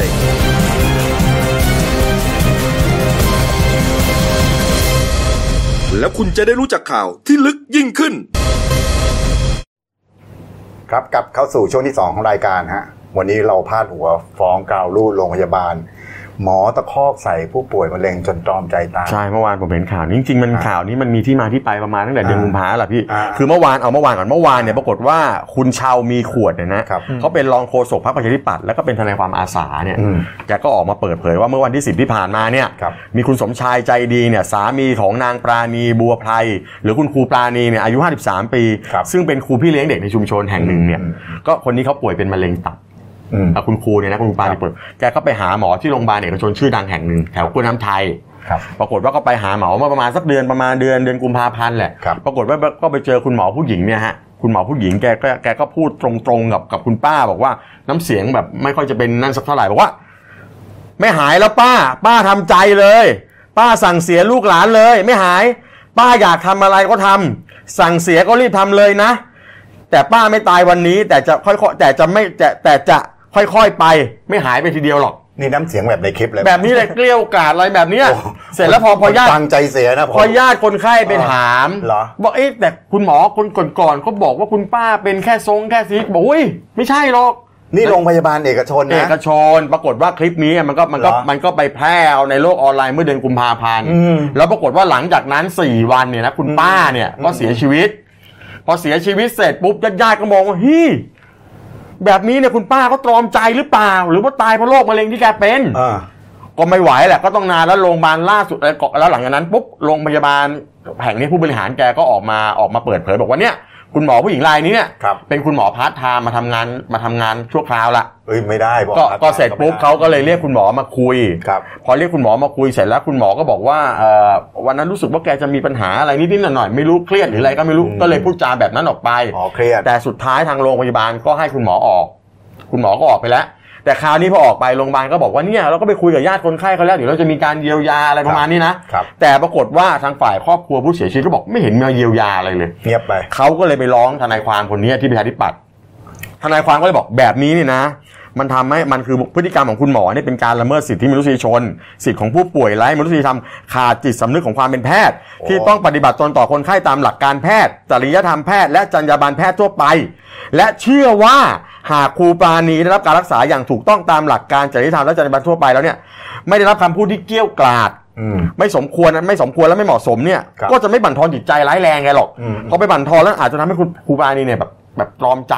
[SPEAKER 4] แล้วคุณจะได้รู้จักข่าวที่ลึกยิ่งขึ้น
[SPEAKER 1] ครับกลับเข้าสู่ช่วงที่ 2 ของรายการฮะ วันนี้เราพาดหัวฟ้องกล่าวรูดโรงพยาบาล หมอตะคอกใส่ผู้ป่วยมะเร็งจนตรอมใจตาย
[SPEAKER 2] ใช่เมื่อวานผมเห็นข่าวนี้จริงๆมัน
[SPEAKER 1] อ่า
[SPEAKER 2] ข่าวนี้มันมีที่มาที่ไปประมาณตั้งแต่เดือน
[SPEAKER 1] อ่า
[SPEAKER 2] กุมภาแหละพี่
[SPEAKER 1] อ่า
[SPEAKER 2] คือเมื่อวานเอาเมื่อวานก่อนเมื่อวานเนี่ยปรากฏว่าคุณชาวมีขวดเนี่ยนะครับ เขาเป็นรองโฆษกพรรคประชาธิปัตย์แล้วก็เป็นทนายความอาสาเนี่ย
[SPEAKER 1] อืม
[SPEAKER 2] แกก็ออกมาเปิดเผยว่าเมื่อวันที่ 10 ที่ผ่านมาเนี่ย
[SPEAKER 1] ครับ
[SPEAKER 2] มีคุณสมชายใจดีเนี่ยสามีของนางปราณีบัวไพรหรือคุณครูปราณีเนี่ยอายุ 53 ปี
[SPEAKER 1] ครับ
[SPEAKER 2] ซึ่งเป็นครูพี่เลี้ยงเด็กในชุมชนแห่งหนึ่งเนี่ย
[SPEAKER 1] อืม
[SPEAKER 2] ก็คนนี้เขาป่วยเป็นมะเร็งตับ
[SPEAKER 1] อืม
[SPEAKER 2] อ่ะคุณครูเนี่ยนะคุณครูปา
[SPEAKER 1] ครับ
[SPEAKER 2] เนี่ยเปิดแกก็ไปหาหมอที่โรงพยาบาลเอกชนชื่อดังแห่งหนึ่งแถวกล้วยน้ำไทย
[SPEAKER 1] ครับ
[SPEAKER 2] ปรากฏว่าก็ไปหาหมอเมื่อประมาณสักเดือนประมาณเดือนเดือนกุมภาพันธ์แหละ
[SPEAKER 1] ครับ
[SPEAKER 2] ปรากฏว่าก็ไปเจอคุณหมอผู้หญิงเนี่ยฮะ คุณหมอผู้หญิงแกก็แกก็พูดตรงๆกับกับคุณป้าบอกว่าน้ำเสียงแบบไม่ค่อยจะเป็นนั่นสักเท่าไหร่บอกว่า ไม่หายแล้วป้า ป้าทำใจเลย ป้าสั่งเสียลูกหลานเลย ไม่หาย ป้าอยากทำอะไรก็ทำสั่งเสียก็รีบทำเลยนะ แต่ป้าไม่ตายวันนี้ แต่จะค่อยๆแต่จะไม่แต่แต่จะค่อยๆไป ไม่หายไปทีเดียวหรอก
[SPEAKER 1] นี่น้ำเสียงแบบในคลิปเลย
[SPEAKER 2] แบบนี้เลยเกลี้ยวกล่อมอะไรแบบเนี้ย
[SPEAKER 1] โอ้โห
[SPEAKER 2] เสร็จแล้วพอพอญาติ
[SPEAKER 1] ฟังใจเสียนะผม
[SPEAKER 2] พอญาติคนไข้ไปถาม
[SPEAKER 1] เหรอ
[SPEAKER 2] บอกเอ๊ะแต่คุณหมอคนก่อนๆก็บอกว่าคุณป้าเป็นแค่ทรงแค่ซีกบอกอุ้ยไม่ใช่หรอก
[SPEAKER 1] นี่โรงพยาบาลเอกชน
[SPEAKER 2] เอ
[SPEAKER 1] นะ
[SPEAKER 2] กชนปรากฏว่าคลิปนี้มันก็มันก็
[SPEAKER 1] เหรอ
[SPEAKER 2] มันก็ไปแพร่ในโลกออนไลน์เมื่อเดือนกุมภาพันธ์
[SPEAKER 1] อืม
[SPEAKER 2] แล้วปรากฏว่าหลังจากนั้น 4 วันเนี่ยนะคุณป้าเนี่ยก็เสียชีวิต พอเสียชีวิตเสร็จปุ๊บญาติๆก็มองว่าฮี่แบบนี้เนี่ยคุณป้าเขาตรอมใจหรือเปล่า หรือว่าตายเพราะโรคมะเร็งที่แกเป็น
[SPEAKER 1] า
[SPEAKER 2] ก็ไม่ไหวแหละก็ต้องนานแล้วโรงพยาบาลล่าสุดแล้วก็แล้วหลังจากนั้นปุ๊บโรงพยาบาลแห่งนี้ผู้บริหารแกก็ออกมาออกมาเปิดเผยบอกว่าเนี่ยคุณหมอผู้หญิงรายนี้เนี่ย
[SPEAKER 1] ครับ
[SPEAKER 2] เป็นคุณหมอพาร์ทไทม์มาทำงานมาทำงานชั่วคราวละ
[SPEAKER 1] เอ้ยไม่ได้บอก
[SPEAKER 2] ก็
[SPEAKER 1] ครับ
[SPEAKER 2] ก็เสร็จปุ๊บ
[SPEAKER 1] ไม่ได้
[SPEAKER 2] เขาก็เลยเรียกคุณหมอมาคุย
[SPEAKER 1] ครับ
[SPEAKER 2] พอเรียกคุณหมอมาคุยเสร็จแล้วคุณหมอก็บอกว่าเอ่อวันนั้นรู้สึกว่าแกจะมีปัญหาอะไรนิดๆหน่อยๆไม่รู้เครียดหรืออะไรก็ไม่รู้
[SPEAKER 1] อืม
[SPEAKER 2] ก็เลยพูดจาแบบนั้นออกไป
[SPEAKER 1] หมอเครียด
[SPEAKER 2] แต่สุดท้ายทางโรงพยาบาลก็ให้คุณหมอออก คุณหมอก็ออกไปแล้ว แต่คราวนี้พอออกไปโรงพยาบาลก็บอกว่าเนี่ยเราก็ไปคุยกับญาติคนไข้เขาแล้วเดี๋ยวเราจะมีการเยียวยาอะไรประมาณนี้นะครับ แต่ปรากฏว่าทางฝ่ายครอบครัวผู้เสียชีวิตก็บอกไม่เห็นมีเยียวยาอะไรเลย
[SPEAKER 1] เงียบไป
[SPEAKER 2] เขาก็เลยไปร้องทนายความคนนี้ที่ประชาธิปัตย์ทนายความก็เลยบอกแบบนี้เนี่ยนะ มันทำให้มันคือพฤติกรรมของคุณหมอเนี่ยเป็นการละเมิดสิทธิมนุษยชน สิทธิของผู้ป่วยไร้มนุษยธรรมขาดจิตสำนึกของความเป็นแพทย์
[SPEAKER 1] โอ้
[SPEAKER 2] ที่ต้องปฏิบัติตนต่อคนไข้ตามหลักการแพทย์ จริยธรรมแพทย์และจรรยาบรรณแพทย์ทั่วไป และเชื่อว่าหากครูปราณีได้รับการรักษาอย่างถูกต้องตามหลักการจริยธรรมและจรรยาบรรณทั่วไปแล้วเนี่ยไม่ได้รับคำพูดที่เกรี้ยวกราด
[SPEAKER 1] อืม
[SPEAKER 2] ไม่สมควรนะไม่สมควรและไม่เหมาะสมเนี่ย
[SPEAKER 1] ครับ
[SPEAKER 2] ก็จะไม่บั่นทอนจิตใจร้ายแรงไงหรอก
[SPEAKER 1] อืม
[SPEAKER 2] พอไปบั่นทอนแล้วอาจจะทำให้คุณครูบานีเนี่ยแบบแบบตรอมใจ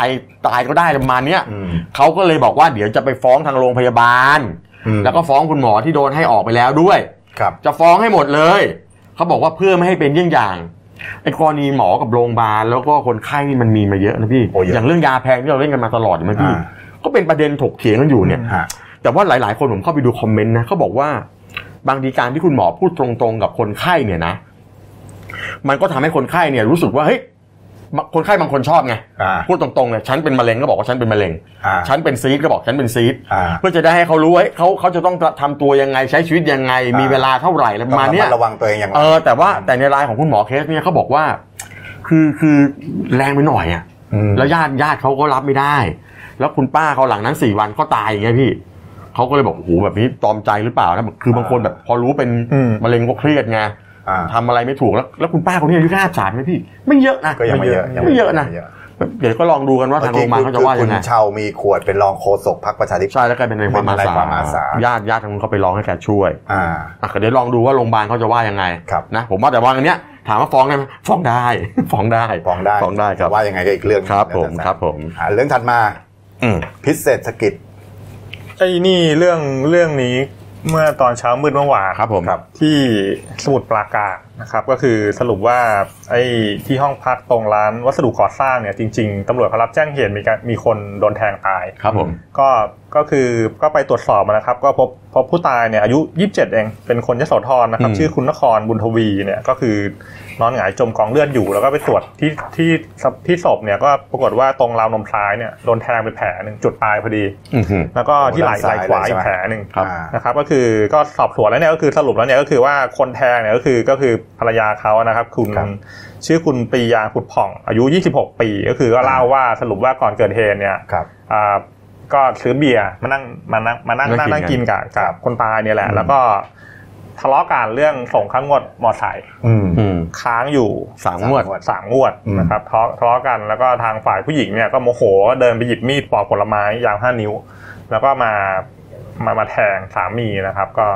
[SPEAKER 2] ตายก็ได้ประมาณเนี้ย
[SPEAKER 1] อืม
[SPEAKER 2] เขาก็เลยบอกว่าเดี๋ยวจะไปฟ้องทางโรงพยาบาล
[SPEAKER 1] อืม
[SPEAKER 2] แล้วก็ฟ้องคุณหมอที่โดนให้ออกไปแล้วด้วย
[SPEAKER 1] ครับ
[SPEAKER 2] จะฟ้องให้หมดเลยเขาบอกว่าเพื่อไม่ให้เป็นเยี่ยงอย่างไอ้กรณีหมอกับโรงพยาบาลแล้วก็คนไข้นี่มันมีมาเยอะนะพี่
[SPEAKER 1] โอ้เยอะ
[SPEAKER 2] อย่างเรื่องยาแพงที่เราเล่นกันมาตลอดเห็นไหมพี่
[SPEAKER 1] อ่า
[SPEAKER 2] ก็เป็นประเด็นถกเถียงกันอยู่เนี่ย
[SPEAKER 1] ฮะ
[SPEAKER 2] แต่ว่าหลาย ๆ คนผมเข้าไปดูคอมเมนต์นะเขาบอกว่า บางทีการที่คุณหมอพูดตรงๆกับคนไข้เนี่ยนะ มันก็ทำให้คนไข้เนี่ยรู้สึกว่าเฮ้ยบางคนไข้บางคนชอบไง
[SPEAKER 1] อ่า
[SPEAKER 2] พูดตรงๆเนี่ยฉันเป็นมะเร็งก็บอกว่าฉันเป็นมะเร็ง
[SPEAKER 1] อ่า
[SPEAKER 2] ฉันเป็นซีดก็บอกฉันเป็นซีด
[SPEAKER 1] อ่า
[SPEAKER 2] เพื่อจะได้ให้เขารู้ว่าเฮ้ยเขาเขาจะต้องทำตัวยังไงใช้ชีวิตยังไง มีเวลาเท่าไหร่อะไรประมาณเนี้ย
[SPEAKER 1] ต้องระวังตัวเองอย่างไร
[SPEAKER 2] เออแต่ว่าแต่ในรายของคุณหมอเคสเนี่ยเขาบอกว่า คือคือแรงไปหน่อยอ่ะ
[SPEAKER 1] อืม
[SPEAKER 2] แล้วญาติญาติเขาก็รับไม่ได้ แล้วคุณป้าเขาหลังนั้นสี่วันก็ตายอย่างเงี้ยพี่เขาก็เลยบอกโอ้โหแบบนี้ตอมใจหรือเปล่านะคือบางคนแบบพอรู้เป็น
[SPEAKER 3] อืม
[SPEAKER 2] มะเร็งก็เครียดไง
[SPEAKER 1] อ่า
[SPEAKER 2] ทำอะไรไม่ถูกแล้ว แล้วคุณป้าคนนี้อายุแค่สามไหมพี่ ไม่เยอะนะ
[SPEAKER 1] ก็ยังไม่เยอะ
[SPEAKER 2] ไม่เยอะนะเดี๋ยวก็ลองดูกันว่าทางโรงพยาบาลเขาจะว่า
[SPEAKER 1] คุ
[SPEAKER 2] ยั
[SPEAKER 1] ณ
[SPEAKER 2] งไง
[SPEAKER 1] เชามีขวดเป็นรองโฆษกพรรคประชาธิปัตย์
[SPEAKER 2] ใช่แล้วกลายเป็นในความ
[SPEAKER 1] เป็นในความอา
[SPEAKER 2] อา
[SPEAKER 1] สา
[SPEAKER 2] สาญาติญาติทางนู้นเขาไปร้องให้แกช่วย
[SPEAKER 1] อ่า
[SPEAKER 2] อ่ะก็เดี๋ยวลองดูว่าโรงพยาบาลเขาจะว่ายังไง
[SPEAKER 1] ครับ
[SPEAKER 2] นะผมว่าแต่ว่าอันเนี้ยถามว่าฟ้องได้ไหมฟ้องได้ ฟ้องได้
[SPEAKER 1] ฟ้องได้
[SPEAKER 2] ฟ้องได้ครับ
[SPEAKER 1] ว่ายังไงก็อีกเรื่องหนึ่ง
[SPEAKER 2] ครับผม
[SPEAKER 1] แล้วแต่
[SPEAKER 2] ครับผม
[SPEAKER 1] อ่าเรื่องถัดมา
[SPEAKER 2] อืม
[SPEAKER 1] พิษเศรษฐกิจ
[SPEAKER 3] ไอ้นี่เรื่องเรื่องนี้เมื่อตอนเช้ามืดเมื่อวาน
[SPEAKER 2] ครับผม
[SPEAKER 1] ครับ
[SPEAKER 3] ที่สมุทรปราการนะครับ ก็คือสรุปว่าไอ้ที่ห้องพักตรงร้านวัสดุก่อสร้างเนี่ยจริงๆตำรวจเขารับแจ้งเหตุมีการมีคนโดนแทงตาย
[SPEAKER 2] ครับผม
[SPEAKER 3] ก็ก็คือก็ไปตรวจสอบมานะครับ ก็พบพบผู้ตายเนี่ยอายุ 27 เอง เป็นคนยโสธรนะครับ
[SPEAKER 2] อืม
[SPEAKER 3] ชื่อคุณนครบุญทวีเนี่ยก็คือนอนหงายจมกองเลือดอยู่ แล้วก็ไปตรวจที่ที่ที่ศพเนี่ยก็ปรากฏว่าตรงราวนมซ้ายเนี่ยโดนแทงเป็นแผลหนึ่งจุดตายพอดี
[SPEAKER 2] อื้อหือ
[SPEAKER 3] แล้วก็ที่ไหล่
[SPEAKER 1] ด้น
[SPEAKER 3] ไห
[SPEAKER 1] ซ้
[SPEAKER 3] ล่
[SPEAKER 1] ย
[SPEAKER 3] ขวา
[SPEAKER 1] เลย
[SPEAKER 3] อี
[SPEAKER 1] ใช่ไหม
[SPEAKER 3] กแผลหนึ่ง
[SPEAKER 2] ครับ
[SPEAKER 1] อ่า
[SPEAKER 3] นะครับ ก็คือก็สอบสวนแล้วเนี่ยก็คือสรุปแล้วเนี่ยก็คือว่าคนแทงเนี่ยก็คือก็คือภรรยาเขานะครับ คุณ
[SPEAKER 1] ครับ
[SPEAKER 3] ชื่อคุณปรียาขุดผ่อง อายุ 26 ปี ก็คือก็เล่าว่าสรุปว่าก่อนเกิดเหตุเนี่ย
[SPEAKER 1] ครับ
[SPEAKER 3] อ่าก็ซื้อเบียร์มานั่งมานั่งมานั่ง
[SPEAKER 2] นั่
[SPEAKER 3] นั่
[SPEAKER 2] งกิน
[SPEAKER 3] งนั่งกินกับ
[SPEAKER 1] ค
[SPEAKER 3] กั
[SPEAKER 1] รั
[SPEAKER 3] บบ คนตายเนี่ยแหละ
[SPEAKER 2] อืม
[SPEAKER 3] แล้วก็ทะเลาะกันเรื่องส่งข้างงวดมอไซค์
[SPEAKER 1] อืม
[SPEAKER 2] อืม
[SPEAKER 3] ค้างอยู่
[SPEAKER 2] สามงวด
[SPEAKER 1] งวด
[SPEAKER 3] สามงวด
[SPEAKER 1] อืม
[SPEAKER 3] นะครับทะเลาะทะเลาะกันแล้วก็ทางฝ่ายผู้หญิงเนี่ยก็โมโหก็เดินไปหยิบมีดปอกผลไม้ยาวห้านิ้ว แล้วก็มามามาแทงสามีนะครับ ก็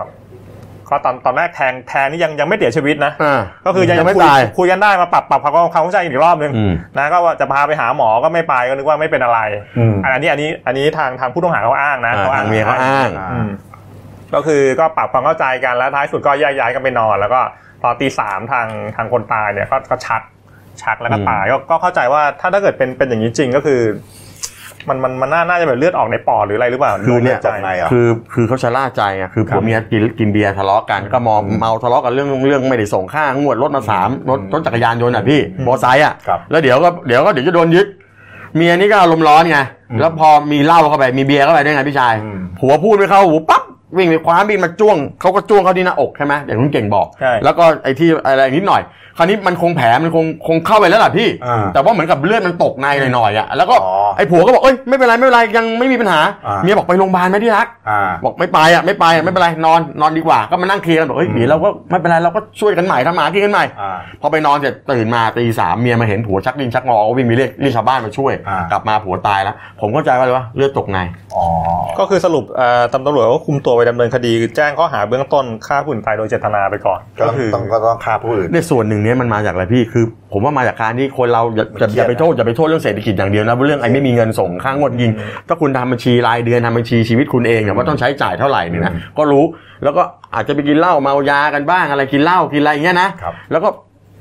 [SPEAKER 3] ก็ตอนตอนแรกแทงแทงนี่ยังยังไม่เสียชีวิตนะ
[SPEAKER 2] อ่า
[SPEAKER 3] ก็คือยัง
[SPEAKER 2] ยังไม่
[SPEAKER 3] คุ
[SPEAKER 2] ตาย
[SPEAKER 3] คุยกันได้มาปรับปรับความเข้าใจกันอีกรอบหนึ่ง
[SPEAKER 2] อืม
[SPEAKER 3] นะก็ว่าจะพาไปหาหมอก็ไม่ไปก็นึกว่าไม่เป็นอะไร
[SPEAKER 1] อืม
[SPEAKER 3] อันนี้อันนี้อันนี้ทางทางผู้ต้องหาเขาอ้างนะ
[SPEAKER 2] อ่าทางเมียเขาอ้าง
[SPEAKER 3] อืมก็คือก็ปรับความเข้าใจกันแล้วท้ายสุดก็แยกย้ายกันไปนอน แล้วก็ตอนตีสามทางทางคนตายเนี่ยก็ก็ชักชักแล้วก็ตายก็ก็เข้าใจว่าถ้าถ้าเกิดเป็นเป็นอย่างนี้จริงก็คือ มันมันมันน่าน่าจะแบบเลือดออกในปอดหรืออะไรหรือเปล่า
[SPEAKER 1] คือเนี่ย
[SPEAKER 3] ใจ
[SPEAKER 1] จากในอ่ะ
[SPEAKER 2] คือคือเขาชะล่าใจไงคือผัวเมียกินกินเบียร์ทะเลาะกันก็มองเมาทะเลาะกันเรื่องเรื่องไม่ได้ส่งค่างวดรถมาสามรถรถจักรยานยนต์อ่ะพี่มอไซค์อ่ะ
[SPEAKER 1] ครับ
[SPEAKER 2] แล้วเดี๋ยวก็เดี๋ยวก็เดี๋ยวจะโดนยึดเมียนี่ก็อารมณ์ร้อนไงแล้วพอมีเหล้าเข้าไปมีเบียร์เข้าไปได้วยไงพี่ชาย
[SPEAKER 1] อืม
[SPEAKER 2] ผัวพูดไม่เข้าหูปั๊บวิ่งไปคว้ามีดมาจ้วงเขาก็จ้วงเขาที่หน้าอกใช่ไหมอย่างคุณเก่งบอก
[SPEAKER 3] ใช่
[SPEAKER 2] แล้วก็ไอ้ที่อะไรนิดหน่อย คราวนี้มันคงแผลมันคงคงเข้าไปแล้วล่ะพี่
[SPEAKER 1] อ่า
[SPEAKER 2] แต่ว่าเหมือนกับเลือดมันตกในหน่อยๆอ่ะแล้วก็
[SPEAKER 1] อ๋อ
[SPEAKER 2] ไอ้ผัวก็บอกเอ้ยไม่เป็นไรไม่เป็นไรยังไม่มีปัญหา
[SPEAKER 1] อ่า
[SPEAKER 2] เมียบอกไปโรงพยาบาลไหมที่รัก
[SPEAKER 1] อ่า
[SPEAKER 2] บอกไม่ไปอ่ะไม่ไปอ่ะไม่เป็นไรนอนนอนดีกว่าก็มานั่งเคลียร์กันบอกเฮ้ย
[SPEAKER 1] อืม
[SPEAKER 2] เดี๋ยวเราก็ไม่เป็นไรเราก็ช่วยกันใหม่ทำหมากินกันใหม่
[SPEAKER 1] อ่า
[SPEAKER 2] พอไปนอนเสร็จตื่นมาตีสามเมียมาเห็นผัวชักดิ้นชักงอก็วิ่งไปเรียกเรียกชาวบ้านมาช่วย
[SPEAKER 1] อ่าก ก
[SPEAKER 2] ลับมาผัวตายแล้วผมเข้าใจว่าอะไรวะเลือดตกใน
[SPEAKER 1] อ๋อ
[SPEAKER 3] ก็คือสรุปเอ่อตำรวจก็คุมตัวไปดำเนินคดี แจ้งข้อหาเบื้องต้นฆ่าผู้อื่นตายโดยเจตนาไปก่อน
[SPEAKER 1] ก็ต้องต้องก็ต้องฆ่าผู้อื่น
[SPEAKER 2] ในส่วนหนึ่งเนี้ยมันมาจากอะไรพี่คือ ผมว่ามาจากการที่คนเราอย่าอย่า
[SPEAKER 1] เครี
[SPEAKER 2] อ
[SPEAKER 1] ด
[SPEAKER 2] ยย่าไปโทษอย่าไปโทษเรื่องเศรษฐกิจอย่างเดียวนะเรื่องไอ้ไม่มีเงินส่งค่างวดยิง ถ้าคุณทำบัญชีรายเดือนทำบัญชีชีวิตคุณเองเนี่ยว่าต้องใช้จ่ายเท่าไหร่เนี่ยนะก็รู้แล้วก็อาจจะไปกินเหล้าเมายากันบ้างอะไรกินเหล้ากินอะไรอย่างเงี้ยนะครับแล้วก็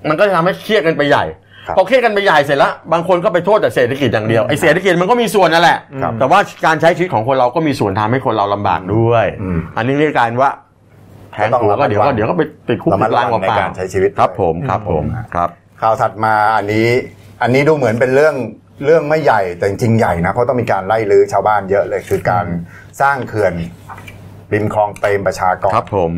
[SPEAKER 2] มันก็จะทำให้เครียดกันไปใหญ่
[SPEAKER 1] ครับ
[SPEAKER 2] พอเครียดกันไปใหญ่เสร็จแล้วบางคนก็ไปโทษแต่เศรษฐกิจอย่างเดียวไอ้เศรษฐกิจมันก็มีส่วนนั่นแหละ
[SPEAKER 1] ครับ
[SPEAKER 2] แต่ว่าการใช้ชีวิตของคนเราก็มีส่วนทำให้คนเราลำบากด้วย
[SPEAKER 1] อืม
[SPEAKER 2] อันนี้เรียกการว่าแทงตัวก็เดี๋ยวก็เดี๋ยวก็ไปติดคุก
[SPEAKER 1] ระมัด
[SPEAKER 2] ติด
[SPEAKER 1] ระ
[SPEAKER 2] ลา
[SPEAKER 1] วั
[SPEAKER 2] ง
[SPEAKER 1] ง
[SPEAKER 2] เปล่า
[SPEAKER 1] ใน
[SPEAKER 2] ๆ
[SPEAKER 1] การใช้ชีวิต
[SPEAKER 2] ครับผมครับผมครับ
[SPEAKER 1] ข่าวถัดมาอันนี้ อันนี้ดูเหมือนเป็นเรื่องเรื่องไม่ใหญ่แต่จริงๆใหญ่นะเพราะต้องมีการไล่ลื้อชาวบ้านเยอะเลย คือการสร้างเขื่อนริมคลองเปรมประชากร
[SPEAKER 2] ครับผม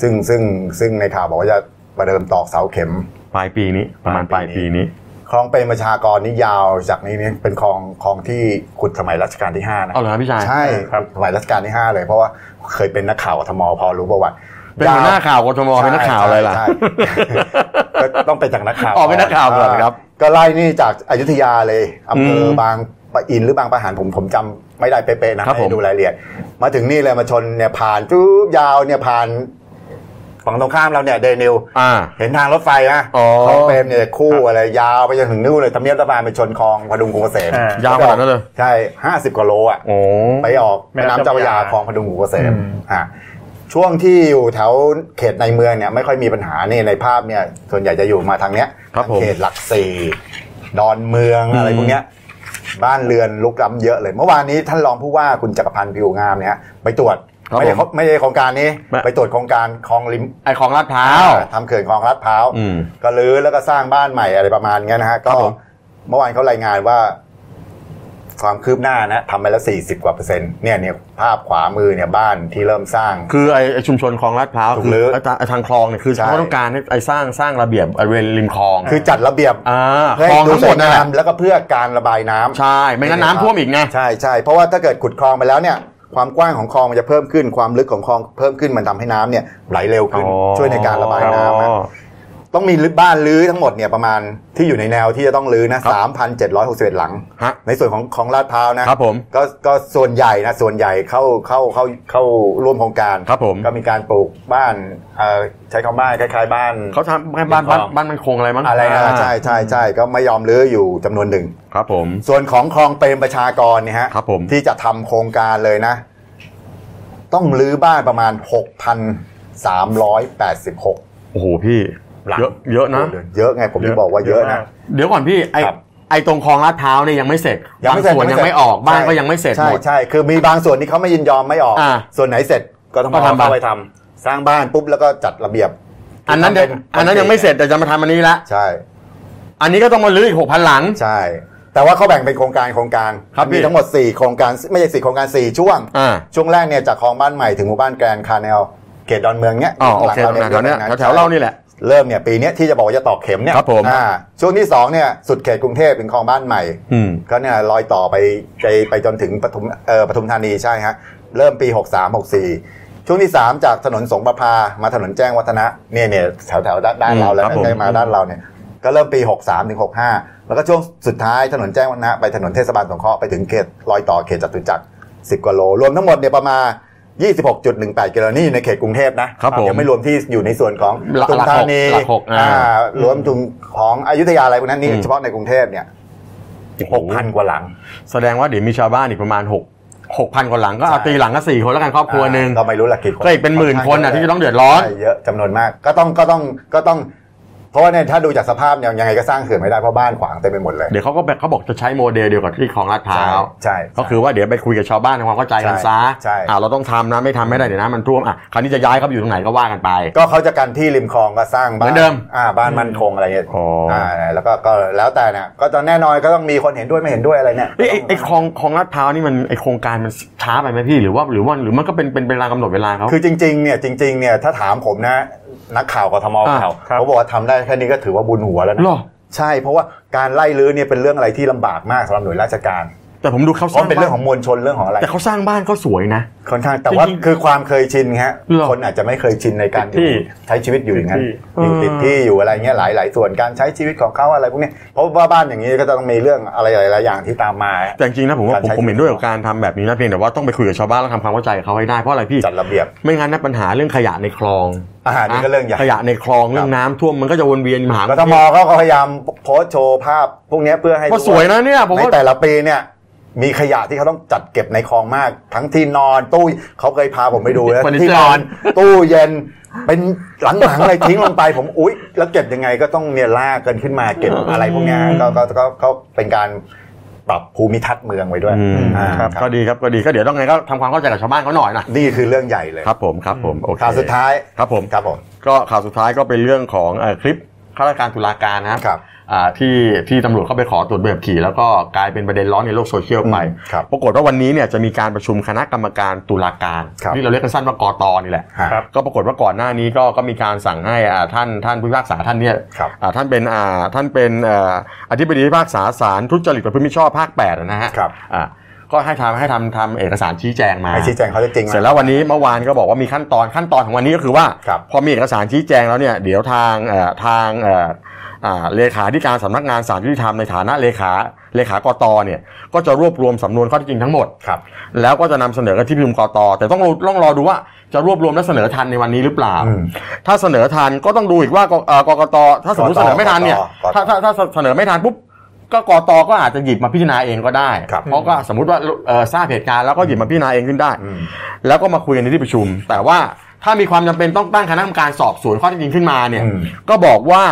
[SPEAKER 1] ซึ่งซึ่งซึ่งในข่าวบอกว่าจะประเดิมตอกเสาเข็ม
[SPEAKER 2] ปลายปีนี้ประมาณปลายปีนี้
[SPEAKER 1] คลองเปรมประชากรนี่ยาวจากนี้เนี่ยเป็นคลองคลองที่ขุดสมัยรัชกาลที่5นะ
[SPEAKER 2] เอาเหรอครับพี่ชาย
[SPEAKER 1] ใช่
[SPEAKER 3] ครับ
[SPEAKER 1] สมัยรัชกาลที่ 5 เลยเพราะว่าเคยเป็นนักข่าวกทมพอรู้ประวัติ
[SPEAKER 2] เป็นหัวหน้าย
[SPEAKER 1] าว
[SPEAKER 2] ข่าวกทมเป็นนักข่าวอะไรล่ะ
[SPEAKER 1] ใช่ใช่ ก็ต้องไปจากนักข่าว
[SPEAKER 2] อ๋อเป็นนักข่าวก่อนครับ
[SPEAKER 1] ก็ไล่นี่จากอยุธยาเลยอำเภออ
[SPEAKER 2] ม
[SPEAKER 1] บางปะอินหรือบางประหารผมผมจำไม่ได้เป๊ะๆนะครับ
[SPEAKER 2] ผม
[SPEAKER 1] ให้ดูรายละเอียด มาถึงนี่เลยมาชนเนี่ยผ่านจุ๊บยาวเนี่ยผ่านฝั่งตรงข้ามเราเนี่ยเดนิว
[SPEAKER 2] อ่า
[SPEAKER 1] เห็นทางรถไฟนะ
[SPEAKER 2] อ๋อ
[SPEAKER 1] คลองเปรมเนี่ยคู่อะไรยาวไปจนถึงนู่นเลยทำเนียบรัฐบาลไปชนคลองพดุงกรุงเกษม
[SPEAKER 3] อ่าย
[SPEAKER 2] าวขนาดนั้นเลย
[SPEAKER 1] ใช่ห้าสิบกว่าโลอ่ะ
[SPEAKER 2] โอ้
[SPEAKER 1] ไปออก
[SPEAKER 3] แม่
[SPEAKER 1] แม่
[SPEAKER 3] น้ำ
[SPEAKER 1] น้ำ
[SPEAKER 3] เจ้า
[SPEAKER 1] เจ้าพระ
[SPEAKER 3] พระยาย
[SPEAKER 1] าคลองพดุงหูเกษม
[SPEAKER 3] อืม
[SPEAKER 1] อ่ะช่วงที่อยู่แถวเขตในเมืองเนี่ยไม่ค่อยมีปัญหานี่ในภาพเนี่ย ส่วนใหญ่จะอยู่มาทางเนี้ย
[SPEAKER 2] ครับผม
[SPEAKER 1] ทางเขตหลักสี่ดอนเมือง
[SPEAKER 2] อืม
[SPEAKER 1] อะไรพวกเนี้ย บ้านเรือนลุกล้ำเยอะเลย เมื่อวานนี้ท่านรองผู้ว่าคุณจักรพันธ์พิวงามเนี่ยฮะไปตรวจ
[SPEAKER 2] ครับ
[SPEAKER 1] ไม่ได้
[SPEAKER 2] ผม
[SPEAKER 1] ไม่ได้โครงการนี้
[SPEAKER 2] ไม่
[SPEAKER 1] ไปตรวจโครงการคลองลิม
[SPEAKER 2] ไอของลาดพร้าว
[SPEAKER 1] ทำเขื่อนคลองลาดพร้าว
[SPEAKER 2] อืม
[SPEAKER 1] ก็รื้อแล้วก็สร้างบ้านใหม่อะไรประมาณเงี้ยนะฮะก็
[SPEAKER 2] ครับผม
[SPEAKER 1] เมื่อวานเขารายงานว่า ความคืบหน้านะทำไปแล้วสี่สิบกว่าเปอร์เซ็นต์เนี่ยเนี่ยภาพขวามือเนี่ยบ้านที่เริ่มสร้าง
[SPEAKER 2] คือไอไอ้ชุมชนคลองลาดพร้าว
[SPEAKER 1] ถูก
[SPEAKER 2] คื
[SPEAKER 1] ลื้อ
[SPEAKER 2] ไอ้ทางไอ้ทางคลองเนี่ยคือ
[SPEAKER 1] ใช่
[SPEAKER 2] เขาต้องการให้ไอสร้างสร้างระเบียบไอ้เวรริมคลอง
[SPEAKER 1] คือจัดระเบียบ
[SPEAKER 2] อ่า
[SPEAKER 1] เพื่อ
[SPEAKER 2] คลอง
[SPEAKER 1] ให้ดู
[SPEAKER 2] ทั้
[SPEAKER 1] ส
[SPEAKER 2] งหม
[SPEAKER 1] ว
[SPEAKER 2] ด
[SPEAKER 1] ย
[SPEAKER 2] นั่นแห
[SPEAKER 1] งา
[SPEAKER 2] ละ
[SPEAKER 1] มแล้วก็เพื่อการระบายน้ำ
[SPEAKER 2] ใช่ไม่งั้นน้ำท่วมอีกไง
[SPEAKER 1] ใช่ใช่เพราะว่าถ้าเกิดขุดคลองไปแล้วเนี่ย ความกว้างของคลองมันจะเพิ่มขึ้นความลึกของคลองเพิ่มขึ้นมันทำให้น้ำเนี่ยไหลเร็วขึ้น
[SPEAKER 2] อ๋อ
[SPEAKER 1] ช่วยในการระบายน้ำนะต้องมีรื้อบ้านรื้อทั้งหมดเนี่ยประมาณที่อยู่ในแนวที่จะต้องรื้อนะครับ สามพันเจ็ดร้อยหกสิบเอ็ดหลัง
[SPEAKER 2] ฮะ
[SPEAKER 1] ในส่วนของของลาดพร้าวนะ
[SPEAKER 2] ครับผม
[SPEAKER 1] ก็ก็ส่วนใหญ่นะส่วนใหญ่เข้าเข้าเข้าเข้าร่วมโครงการ
[SPEAKER 2] ครับผม
[SPEAKER 1] ก็มีการปลูกบ้านเอ่อใช้คำบ้านคล้าย ๆ บ้าน
[SPEAKER 2] เขาทำให้บ้านบ้านบ้านมันคงอะไรมั้ง
[SPEAKER 1] อะไรนะใช่ใช่ใช่ก็ไม่ยอมรื้ออยู่จำนวนหนึ่ง
[SPEAKER 2] ครับผม
[SPEAKER 1] ส่วนของคลองเปรมประชากรเนี่ยฮะ
[SPEAKER 2] ครับผม
[SPEAKER 1] ที่จะทำโครงการเลยนะ ต้องรื้อบ้านประมาณ 6,386
[SPEAKER 2] โอ้โหพี่
[SPEAKER 1] หลัง
[SPEAKER 2] เยอะเยอะนะ
[SPEAKER 1] เยอะไงผมที่บอกว่าเยอะนะ
[SPEAKER 2] เดี๋ยวก่อนพี่ไอ
[SPEAKER 1] ครับ
[SPEAKER 2] ไอตรงคลองลาดพร้าวเนี่ยยังไม่เสร็จ
[SPEAKER 1] ยัง
[SPEAKER 2] บาง
[SPEAKER 1] ไม่เสร็จ
[SPEAKER 2] ส่วนยังไม่ออกบ้านก็ยังไม่เสร็จ
[SPEAKER 1] ใช่
[SPEAKER 2] หมด
[SPEAKER 1] ใช่คือมีบางส่วนที่เขาไม่ยินยอมไม่ออก
[SPEAKER 2] อ่า
[SPEAKER 1] ส่วนไหนเสร็จก็ต้อง
[SPEAKER 2] ก็ทำ
[SPEAKER 1] เข้าไปทำสร้างบ้านปุ๊บแล้วก็จัดระเบียบ
[SPEAKER 2] อันนั้นเดี๋ยวอันนั้นยังไม่เสร็จแต่จะมาทำอันนี้ละ
[SPEAKER 1] ใช่
[SPEAKER 2] อันนี้ก็ต้องมาลื้ออีกหกพันหลัง
[SPEAKER 1] ใช่ แต่ว่าเขาแบ่งเป็นโครงการโครงการ
[SPEAKER 2] ครับพี่
[SPEAKER 1] มีทั้งหมด 4 โครงการไม่ใช่4โครงการ 4 ช่วง
[SPEAKER 2] อ่า
[SPEAKER 1] ช่วงแรกเนี่ยจากคลองบ้านใหม่ถึงหมู่บ้านแกรนด์คาร์เนลเขตดอนเมืองเนี้ย
[SPEAKER 2] อ๋อโอเค
[SPEAKER 1] หลัง
[SPEAKER 2] แถวๆเนี้ย
[SPEAKER 1] ย
[SPEAKER 2] แถวๆเรานี่แหละ
[SPEAKER 1] เริ่มเนี่ยปีเนี้ยที่จะบอกว่าจะตอกเข็มเนี่ย
[SPEAKER 2] ครับผม
[SPEAKER 1] อ่าช่วงที่2เนี่ยสุดเขตกรุงเทพเป็นคลองบ้านใหม่
[SPEAKER 2] อืม
[SPEAKER 1] ก็เนี่ยลอยต่อไปไปไปจนถึงปทุมเอ่อปทุมธานีใช่ฮะเริ่มปี 63 64 ช่วงที่ 3 จากถนนสงประพามาถนนแจ้งวัฒนะเนี่ยเนี่ยแถวแถวด้านด้านเราแล้ว
[SPEAKER 2] ครับผม
[SPEAKER 1] ใกล้มาด้านเราเนี่ยก็เริ่มปี 63ถึง65 แล้วก็ช่วงสุดท้ายถนนแจ้งวัฒนะไปถนนเทศบาลสงเคราะห์ไปถึงเขตลอยต่อเขตจตุจักร 10 กว่าโล รวมทั้งหมดเนี่ยประมาณ 26.18 กิโลนี่อยู่ในเขตกรุงเทพนะครับ
[SPEAKER 2] ผม
[SPEAKER 1] ยังไม่รวมที่อยู่ในส่วนของ
[SPEAKER 2] หลัก
[SPEAKER 1] ปทุมธานี
[SPEAKER 2] หลักหกอ่า
[SPEAKER 1] อ่ารวมถึงของอยุธยาอะไรพวกนั้นนี่เฉพาะในกรุงเทพเนี่ย หกพันกว่าหลัง
[SPEAKER 2] แสดงว่าเดี๋ยวมีชาวบ้านอีกประมาณหกหกพันคนหลังก็เอาตีหลังก็สี่คนแล้วกันครอบครัวหนึ่ง
[SPEAKER 1] อ่าก็ไม่รู้ละกี่คน
[SPEAKER 2] ก็อีกเป็นหมื่นคนอ่ะที่จะต้องเดือดร้อน
[SPEAKER 1] ใช่เยอะจำนวนมากก็ต้องก็ต้องก็ต้อง เพราะว่าเนี่ยถ้าดูจากสภาพยังยังไงก็สร้างเขื่อนไม่ได้เพราะบ้านขวางเต็มไปหมดเลย
[SPEAKER 2] เดี๋ยวเขาก็แบบเขาบอกจะใช้โมเดลเดียวกับที่คลองลาดพร้าว
[SPEAKER 1] ใช่
[SPEAKER 2] ก็คือว่าเดี๋ยวไปคุยกับชาวบ้านทำความเข้าใจกันซะ
[SPEAKER 1] ใช่ใช่
[SPEAKER 2] อ่าเราต้องทำนะไม่ทำไม่ได้เดี๋ยวนะมันท่วมอ่ะคราวนี้จะย้ายเขาไปอยู่ตรงไหนก็ว่ากันไป
[SPEAKER 1] ก็เขาจะกันที่ริมคลองก็สร้างบ้าน
[SPEAKER 2] เหมือนเดิม
[SPEAKER 1] อ่าบ้านมั่นคงอะไรเงี้ย
[SPEAKER 2] อ๋ออ่
[SPEAKER 1] ่าแล้วก็ก็แล้วแต่เนี่ยก็จะแน่นอนก็ต้องมีคนเห็นด้วยไม่เห็นด้วยอะไรเนี่ย
[SPEAKER 2] เอ้ยไอ้ไอ้คลองคลองลาดพร้าวนี่มันไอ้โครงการมันช้าไปไหมพี่หรือว่าหรือว่าหรือมันก็เป็นเป็นเป็นเวลากำหนดเวลาเขา
[SPEAKER 1] คือจริงๆเนี่ยจริงๆเนี่ยถ้าถามผมนะนักข่าวกทม
[SPEAKER 2] อ่า
[SPEAKER 1] ข่าว
[SPEAKER 3] ครับ
[SPEAKER 1] เขาบอกว่าทำได้แค่นี้ก็ถือว่าบุญหัวแล้วนะ
[SPEAKER 2] หรอ
[SPEAKER 1] ใช่เพราะว่าการไล่รื้อเนี่ยเป็นเรื่องอะไรที่ลำบากมากสำหรับหน่วยราชการ
[SPEAKER 2] แต่ผมดูเขา
[SPEAKER 1] เพ
[SPEAKER 2] สร้าง
[SPEAKER 1] ราะเป็นเรื่องของมวลชนเรื่องของอะไร
[SPEAKER 2] แต่เขาสร้างบ้านเขาสวยนะ
[SPEAKER 1] ค่อนข้างแต่ว่า
[SPEAKER 2] จริงๆ
[SPEAKER 1] คือความเคยชินฮะ
[SPEAKER 2] หรอ
[SPEAKER 1] คนอาจจะไม่เคยชินในการอยู่
[SPEAKER 3] ติดที่
[SPEAKER 1] ใช้ชีวิตอยู่อย่างนั้น
[SPEAKER 3] ติดที่
[SPEAKER 1] อยู่
[SPEAKER 2] เออ
[SPEAKER 1] ติดที่อยู่อะไรเงี้ยหลายหลายส่วนการใช้ชีวิตของเขาอะไรพวกเนี้ยเพราะว่าบ้านอย่างนี้ก็จะต้องมีเรื่องอะไรหลายๆอย่างที่ตามมา
[SPEAKER 2] แต่จริงๆนะผมว่า
[SPEAKER 1] การ
[SPEAKER 2] ผม
[SPEAKER 1] ใช้
[SPEAKER 2] ผมเห็นด้วยกับการทำแบบนี้นะเพียงแต่ว่าต้องไปคุยกับชาวบ้านแล้วทำความเข้าใจกับเขาให้ได้เพราะอะไรพี่
[SPEAKER 1] จัดระเบียบ
[SPEAKER 2] ไม่งั้นนะปัญหาเรื่องขยะในคลอง
[SPEAKER 1] อาหารนี่ก็เรื่องใหญ่
[SPEAKER 2] ขยะในคลองเรื่องน้ำท่วมมันก็จะวนเวียนหาก
[SPEAKER 1] ทมเขาก็พยายามโพสต์โชว์ภาพพวกเนี้ยเพื่อให้
[SPEAKER 2] ก็สวยนะเนี่ยผม
[SPEAKER 1] ใน
[SPEAKER 2] ว่า
[SPEAKER 1] แต่ละปีเนี่ยมีขยะที่เขาต้องจัดเก็บในคลองมาก ทั้งที่นอนตู้เขาเคยพาผมไปดูนะ
[SPEAKER 2] เฟอร์นิเจอร์
[SPEAKER 1] ที่นอนตู้เย็นเป็นหลังๆอะไรทิ้งลงไปผมอุ๊ย แล้วเก็บยังไงก็ต้องเนี่ยลากกันขึ้นมาเก็บอะไรพวกเนี้ยก็ก็ก็ก็เป็นการปรับภูมิทัศน์เมืองไว้ด้วย
[SPEAKER 2] อืม
[SPEAKER 1] อ่า
[SPEAKER 2] ครับก็ดีครับก็ดีก็เดี๋ยวต้องไงก็ทำความเข้าใจกับชาวบ้านเขาหน่อยนะ
[SPEAKER 1] นี่คือเรื่องใหญ่เลย
[SPEAKER 2] ครับผมครับผมโอเค
[SPEAKER 1] ข่าวสุดท้าย
[SPEAKER 2] ครับผม
[SPEAKER 1] ครับผม
[SPEAKER 2] ก็ข่าวสุดท้ายก็เป็นเรื่องของเอ่อคลิปข้าราชการตุลาการนะครับ
[SPEAKER 1] ครับ
[SPEAKER 2] อ่าที่ที่ตำรวจเข้าไปขอตรวจใบขับขี่ แล้วก็กลายเป็นประเด็นร้อนในโลกโซเชียลไป
[SPEAKER 1] อืมครับ
[SPEAKER 2] ปรากฏว่าวันนี้เนี่ยจะมีการประชุมคณะกรรมการตุลาการ
[SPEAKER 1] ครับ
[SPEAKER 2] ที่เราเรียกกันสั้นว่ากอตอนี่แหละ
[SPEAKER 1] ฮะ
[SPEAKER 3] ครับ
[SPEAKER 2] ก็ปรากฏว่าก่อนหน้านี้ก็ก็มีการสั่งให้อ่าท่านท่านผู้พิพากษาท่านเนี่ย
[SPEAKER 1] ครับ
[SPEAKER 2] อ่าท่านเป็นอ่าท่านเป็นเอ่ออธิบดีพิพากษาศาลทุจริตประพฤติมิชอบภาคแปดนะฮะ
[SPEAKER 1] ครับ
[SPEAKER 2] อ่าก็ให้ทำให้ทำทำเอกสารชี้แจงมา
[SPEAKER 1] ให้ชี้แจงเขาจะจริงไหม
[SPEAKER 2] เสร็จแล้ววันนี้เมื่อวานก็บอกว่ามีขั้นตอนขั้นตอนของวันนี้ก็คือว่า
[SPEAKER 1] ครับ
[SPEAKER 2] พอมีเอกสารชี้แจงแล้วเนี่ยเดี๋ยวทางเอ่อทางเอ่ออ่าเลขาธิการสำนักงานสารยุติธรรมในฐานะเลขาเลขากตเนี่ยก็จะรวบรวมสำนวนข้อเท็จจริงทั้งหมด
[SPEAKER 1] ครับ
[SPEAKER 2] แล้วก็จะนำเสนอกันที่ประชุมกตแต่ต้องรอต้องรอดูว่าจะรวบรวมและเสนอทันในวันนี้หรือเปล่า
[SPEAKER 1] อืม
[SPEAKER 2] ถ้าเสนอทันก็ต้องดูอีกว่ากเอ่อกกตถ้าสมมติเสนอไม่ทันเนี่ย
[SPEAKER 1] กต
[SPEAKER 2] ถ้าถ้าถ้าเสนอไม่ทันปุ๊บก็กตก็อาจจะหยิบมาพิจารณาเองก็ได้
[SPEAKER 1] ครับ
[SPEAKER 2] เพราะก็สมมติว่าเอ่อทราบเหตุการณ์แล้วก็หยิบมาพิจารณาเองขึ้นได้
[SPEAKER 1] อืม
[SPEAKER 2] แล้วก็มาคุยกันในที่ประชุม แต่ว่าถ้ามีความจำเป็นต้องตั้งคณะกรรมการสอบสวนข้อเท็จจริงขึ้นมาเนี่ย
[SPEAKER 1] อืม
[SPEAKER 2] ก็บอกว่า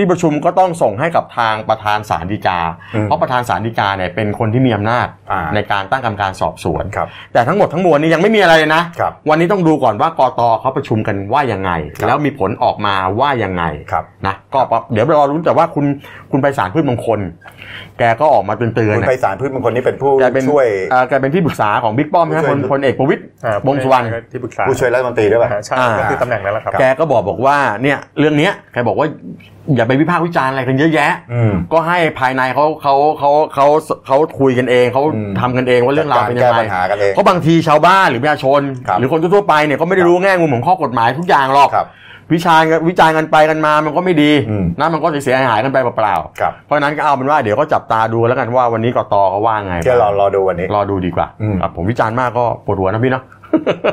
[SPEAKER 2] ที่ประชุมก็ต้องส่งให้กับทางประธานศาลฎีกา
[SPEAKER 1] อืม
[SPEAKER 2] เพราะประธานศาลฎีกาเนี่ยเป็นคนที่มีอำนาจ
[SPEAKER 1] อ่า
[SPEAKER 2] ในการตั้งกรรมการสอบสวน
[SPEAKER 1] ครับ
[SPEAKER 2] แต่ทั้งหมดทั้งมวลนี้ยังไม่มีอะไรเลยนะ
[SPEAKER 1] ครับ
[SPEAKER 2] วันนี้ต้องดูก่อนว่ากตเขาประชุมกันว่ายังไง แล้วมีผลออกมาว่ายังไง
[SPEAKER 1] ครับ
[SPEAKER 2] นะก็ปะเดี๋ยวรอรุ้นแต่ว่าคุณคุณไปสารพืชมงคล แกก็ออกมาเตือนๆ
[SPEAKER 1] คุณ
[SPEAKER 2] นะ
[SPEAKER 1] ไพศาลพืชมงคลนี่เป็นผู้
[SPEAKER 2] แกเป็น
[SPEAKER 1] ช่วย
[SPEAKER 2] อ่าแกเป็นที่ปรึกษาของบิ๊กป้อมนะ
[SPEAKER 1] ผู้ช่วย
[SPEAKER 2] พลเอกประวิตร
[SPEAKER 3] อ่าว
[SPEAKER 2] งษ์สุวรรณ
[SPEAKER 3] ที่ปรึกษา
[SPEAKER 1] ผู้ช่วยรัฐมนตรีด้วยป่ะ
[SPEAKER 3] อ่าใช่ก็คือตำแหน่งนั้นแหละครับ
[SPEAKER 2] แกก็บอกบอกว่าเนี่ยเรื่องเนี้ยแกบอกว่าอย่าไปวิพากษ์วิจารณ์อะไรกันเยอะแยะ
[SPEAKER 1] อืม
[SPEAKER 2] ก็ให้ภายในเขาเขาเขาเขาเขาคุยกันเองเขา
[SPEAKER 1] อืม
[SPEAKER 2] ทำกันเองว่าเรื่องราวเป็นยั
[SPEAKER 1] จั
[SPEAKER 2] ง
[SPEAKER 1] ดการ
[SPEAKER 2] ไง
[SPEAKER 1] แก้ปัญหากันเอง
[SPEAKER 2] เพราะบางทีชาวบ้านหรือประชาชน
[SPEAKER 1] ครับ
[SPEAKER 2] หรือคนทั่วๆไปเนี่ยก็ไม่ได้รู้แง่มุมของข้อกฎหมายทุกอย่างหรอก
[SPEAKER 1] ครับ
[SPEAKER 2] วิชาญกันวิจารณ์กันไปกันมามันก็ไม่ดี
[SPEAKER 1] อืม
[SPEAKER 2] นะมันก็เสียหายกันไปเปล่า
[SPEAKER 1] ครับ
[SPEAKER 2] ๆเพราะฉะนั้นก็เอาเป็นว่าเดี๋ยวก็จับตาดูแล้วกันว่าวันนี้กตเขาว่าไง
[SPEAKER 1] เดี๋ยวรอรอดูวันนี้
[SPEAKER 2] รอดูดีกว่า
[SPEAKER 1] อืม
[SPEAKER 2] ครับผมวิจารณ์มากก็ปวดหัวนะพี่เนาะ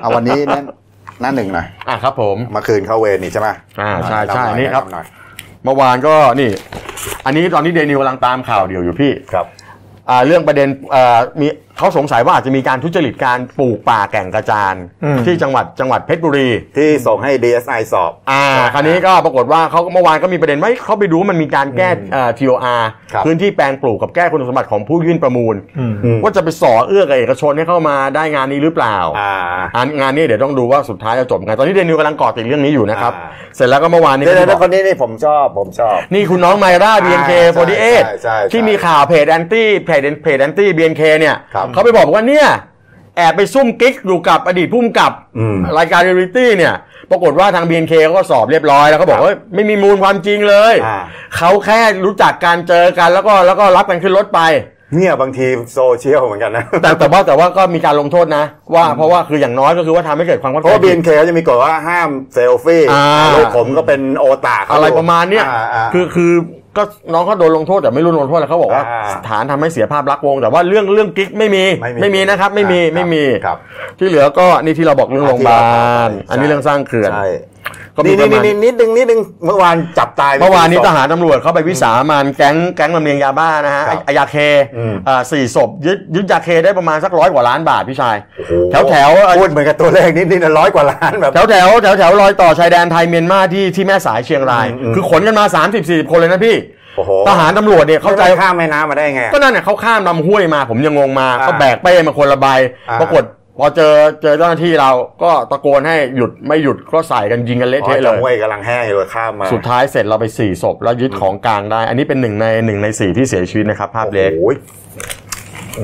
[SPEAKER 1] เอาวันนี้นั่นหน้าหนึ่งหน่อย
[SPEAKER 2] อ่ะ ครับผม
[SPEAKER 1] เมาคืนเข้าเวรนี่ใช่ไหม
[SPEAKER 2] อ่าใช่
[SPEAKER 1] แนะ
[SPEAKER 2] ใช่
[SPEAKER 1] นำหอย
[SPEAKER 2] นี่ครับ
[SPEAKER 1] แะำหอย
[SPEAKER 2] เมื่อวานก็นี่ อันนี้ตอนนี้เดนิวกำลังตามข่าวเดียวอยู่พี่
[SPEAKER 1] ครับ
[SPEAKER 2] อ่าเรื่องประเด็นเอ่อมี เขาสงสัยว่าอาจจะมีการทุจริตการปลูกป่าแก่งกระจาน
[SPEAKER 3] อืม
[SPEAKER 2] ที่จังหวัดจังหวัดเพชรบุรี
[SPEAKER 1] ที่ส่งให้ DSI สอบ
[SPEAKER 2] อ่าคราวนี้ก็ปรากฏว่าเขาก็เมื่อวานก็มีประเด็นว่าเขาไปดูว่ามันมีการแก้เอ่อ TOR
[SPEAKER 1] ครับ
[SPEAKER 2] พื้นที่แปลงปลูกกับแก้คุณสมบัติของผู้ยื่นประมูล
[SPEAKER 1] อืม
[SPEAKER 2] ว่าจะไปส่อเอื้อกับเอกชนให้เข้ามาได้งานนี้หรือเปล่า
[SPEAKER 1] อ่า
[SPEAKER 2] อ่างานนี้เดี๋ยวต้องดูว่าสุดท้ายจะจบยังไงตอนนี้เดนิวกำลังก่อติดเรื่องนี้อยู่นะครับ
[SPEAKER 1] อ่า
[SPEAKER 2] เสร็จแล้วก็เมื่อวานนี้
[SPEAKER 1] เดี๋ยว
[SPEAKER 2] ก็
[SPEAKER 1] เดี๋ยวเดี๋วคนนี้
[SPEAKER 2] ได้บอย ก
[SPEAKER 1] นี่ผมชอบผมชอบ
[SPEAKER 2] นี่คุณน้องไมร่า
[SPEAKER 1] ใช่
[SPEAKER 2] BNK48
[SPEAKER 1] ใช่ใช่
[SPEAKER 2] ที่มีข่าวเพจแอนตี้เพจเพจแอนตี้ BNK เนี่ย
[SPEAKER 1] ครับ
[SPEAKER 2] เขาไปบอกว่าเนี่ยแอบไปซุ่มกิ๊กอยู่กับอดีตผู้กำกับ
[SPEAKER 1] อืม
[SPEAKER 2] รายการเรียลลิตี้เนี่ย ปรากฏว่าทาง BNK เขาก็สอบเรียบร้อยแล้วเขาบอกว่าไม่มีมูลความจริงเลย
[SPEAKER 1] อ่า
[SPEAKER 2] เขาแค่รู้จักการเจอกันแล้วก็แล้วก็รับกันขึ้นรถไป
[SPEAKER 1] เนี่ยบางทีโซเชียลเหมือนกันนะ
[SPEAKER 2] แต่แต่ว่าแต่ว่าก็มีการลงโทษนะ ว่าเพราะว่าคืออย่างน้อยก็คือว่าทำให้เกิดความเข้า
[SPEAKER 1] เพ
[SPEAKER 2] ใจ
[SPEAKER 1] ราะบี
[SPEAKER 2] ผิด
[SPEAKER 1] นเคเขาจะมีกฎว่าห้ามเซลฟี่
[SPEAKER 2] อ่า
[SPEAKER 1] ลูกผมก็เป็นโอตา
[SPEAKER 2] อะไรประมาณเนี้ย
[SPEAKER 1] คื
[SPEAKER 2] คือ อคือก็น้องเขาโดนลงโทษแต่ไม่รู้โดนลงโทษแล้วเขาบอกว่า
[SPEAKER 1] อ่า
[SPEAKER 2] ฐานทำให้เสียภาพลักษณ์วง แต่ว่าเรื่องเรื่องกิ๊กไม่มีมีนะครับ ไม่มีไม่มี
[SPEAKER 1] ครับ
[SPEAKER 2] ที่เหลือก็นี่ที่เราบอกเรื่องโรงพยาบาลอันนี้เรื่องสร้างเขื่อน
[SPEAKER 1] ใช่
[SPEAKER 2] ก็มี
[SPEAKER 1] นี่
[SPEAKER 2] ประมา
[SPEAKER 1] นี่
[SPEAKER 2] ณ
[SPEAKER 1] นี่นิดนึงนิดนึงเมื่อวานจับตายไป
[SPEAKER 2] เมื่อวานนี้
[SPEAKER 1] ศพ
[SPEAKER 2] ทหารตำรวจเข้าไปวิสามันแก๊งแก๊งลำเลียงยาบ้านะฮะ
[SPEAKER 1] ครับ
[SPEAKER 2] ไอ้ยาเค
[SPEAKER 1] อืม
[SPEAKER 2] อ่าสี่ศพยึดยึดยาเคได้ประมาณสักร้อยกว่าล้านบาทพี่ชายแถวแถวๆ
[SPEAKER 1] พูดเหมือนกับตัวเลขนิดนิดร้อยกว่าล้านแบบ
[SPEAKER 2] แถวแถวแถวแถวรอยต่อชายแดนไทยเมียนมาที่ที่แม่สายเชียงราย
[SPEAKER 1] อืมอืม
[SPEAKER 2] คือขนกันมา 30 40 คนเลยนะพี่
[SPEAKER 1] โอ้โห
[SPEAKER 2] ทหารตำรวจเนี่ยเข้า
[SPEAKER 1] เข้า
[SPEAKER 2] ใจ
[SPEAKER 1] ใจข้ามแม่น้ำมาได้ไง
[SPEAKER 2] ก็นั่นเนี่ยเขาข้ามลำห้วยมา ผมยังงงมา
[SPEAKER 1] อ่า
[SPEAKER 2] ก็แบกเป้มาคนละใบ
[SPEAKER 1] อ่า
[SPEAKER 2] ปรากฏพอเจอเจอเจ้าหน้าที่เราก็ตะโกนให้หยุดไม่หยุดก็ใส่กันยิงกันเละ
[SPEAKER 1] อ๋อ
[SPEAKER 2] เทะเล
[SPEAKER 1] จังเว้
[SPEAKER 2] ย
[SPEAKER 1] ยกำลังแห้งอยู่เลยข้ามมา
[SPEAKER 2] สุดท้ายเสร็จเราไปสี่ศพแล้วยึดของกลางได้ อันนี้เป็นหนึ่งในหนึ่งในสี่ที่เสียชีวิตนะครับภาพเล็ก
[SPEAKER 1] โอ้ย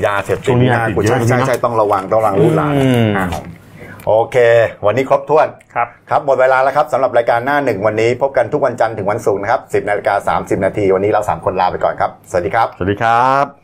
[SPEAKER 1] ยาเสพติด
[SPEAKER 2] ช่วงนี้ยา
[SPEAKER 1] น่า
[SPEAKER 2] ติด
[SPEAKER 1] กลัว
[SPEAKER 2] เยอะ
[SPEAKER 1] ใช่ใช่
[SPEAKER 2] จริงๆนะ
[SPEAKER 1] ใช่ต้องระวังต้องระวังลูกหลาน
[SPEAKER 2] อืม
[SPEAKER 1] อ้าวโอเค วันนี้ครบถ้วน
[SPEAKER 3] ครับ
[SPEAKER 1] ครับ หมดเวลาแล้วครับสำหรับรายการหน้าหนึ่งวันนี้ พบกันทุกวันจันทร์ถึงวันศุกร์นะครับ 10นาฬิกา30 นาที วันนี้เรา 3 คนลาไปก่อนครับ สวัสดีครับ
[SPEAKER 2] สวัสดีครับ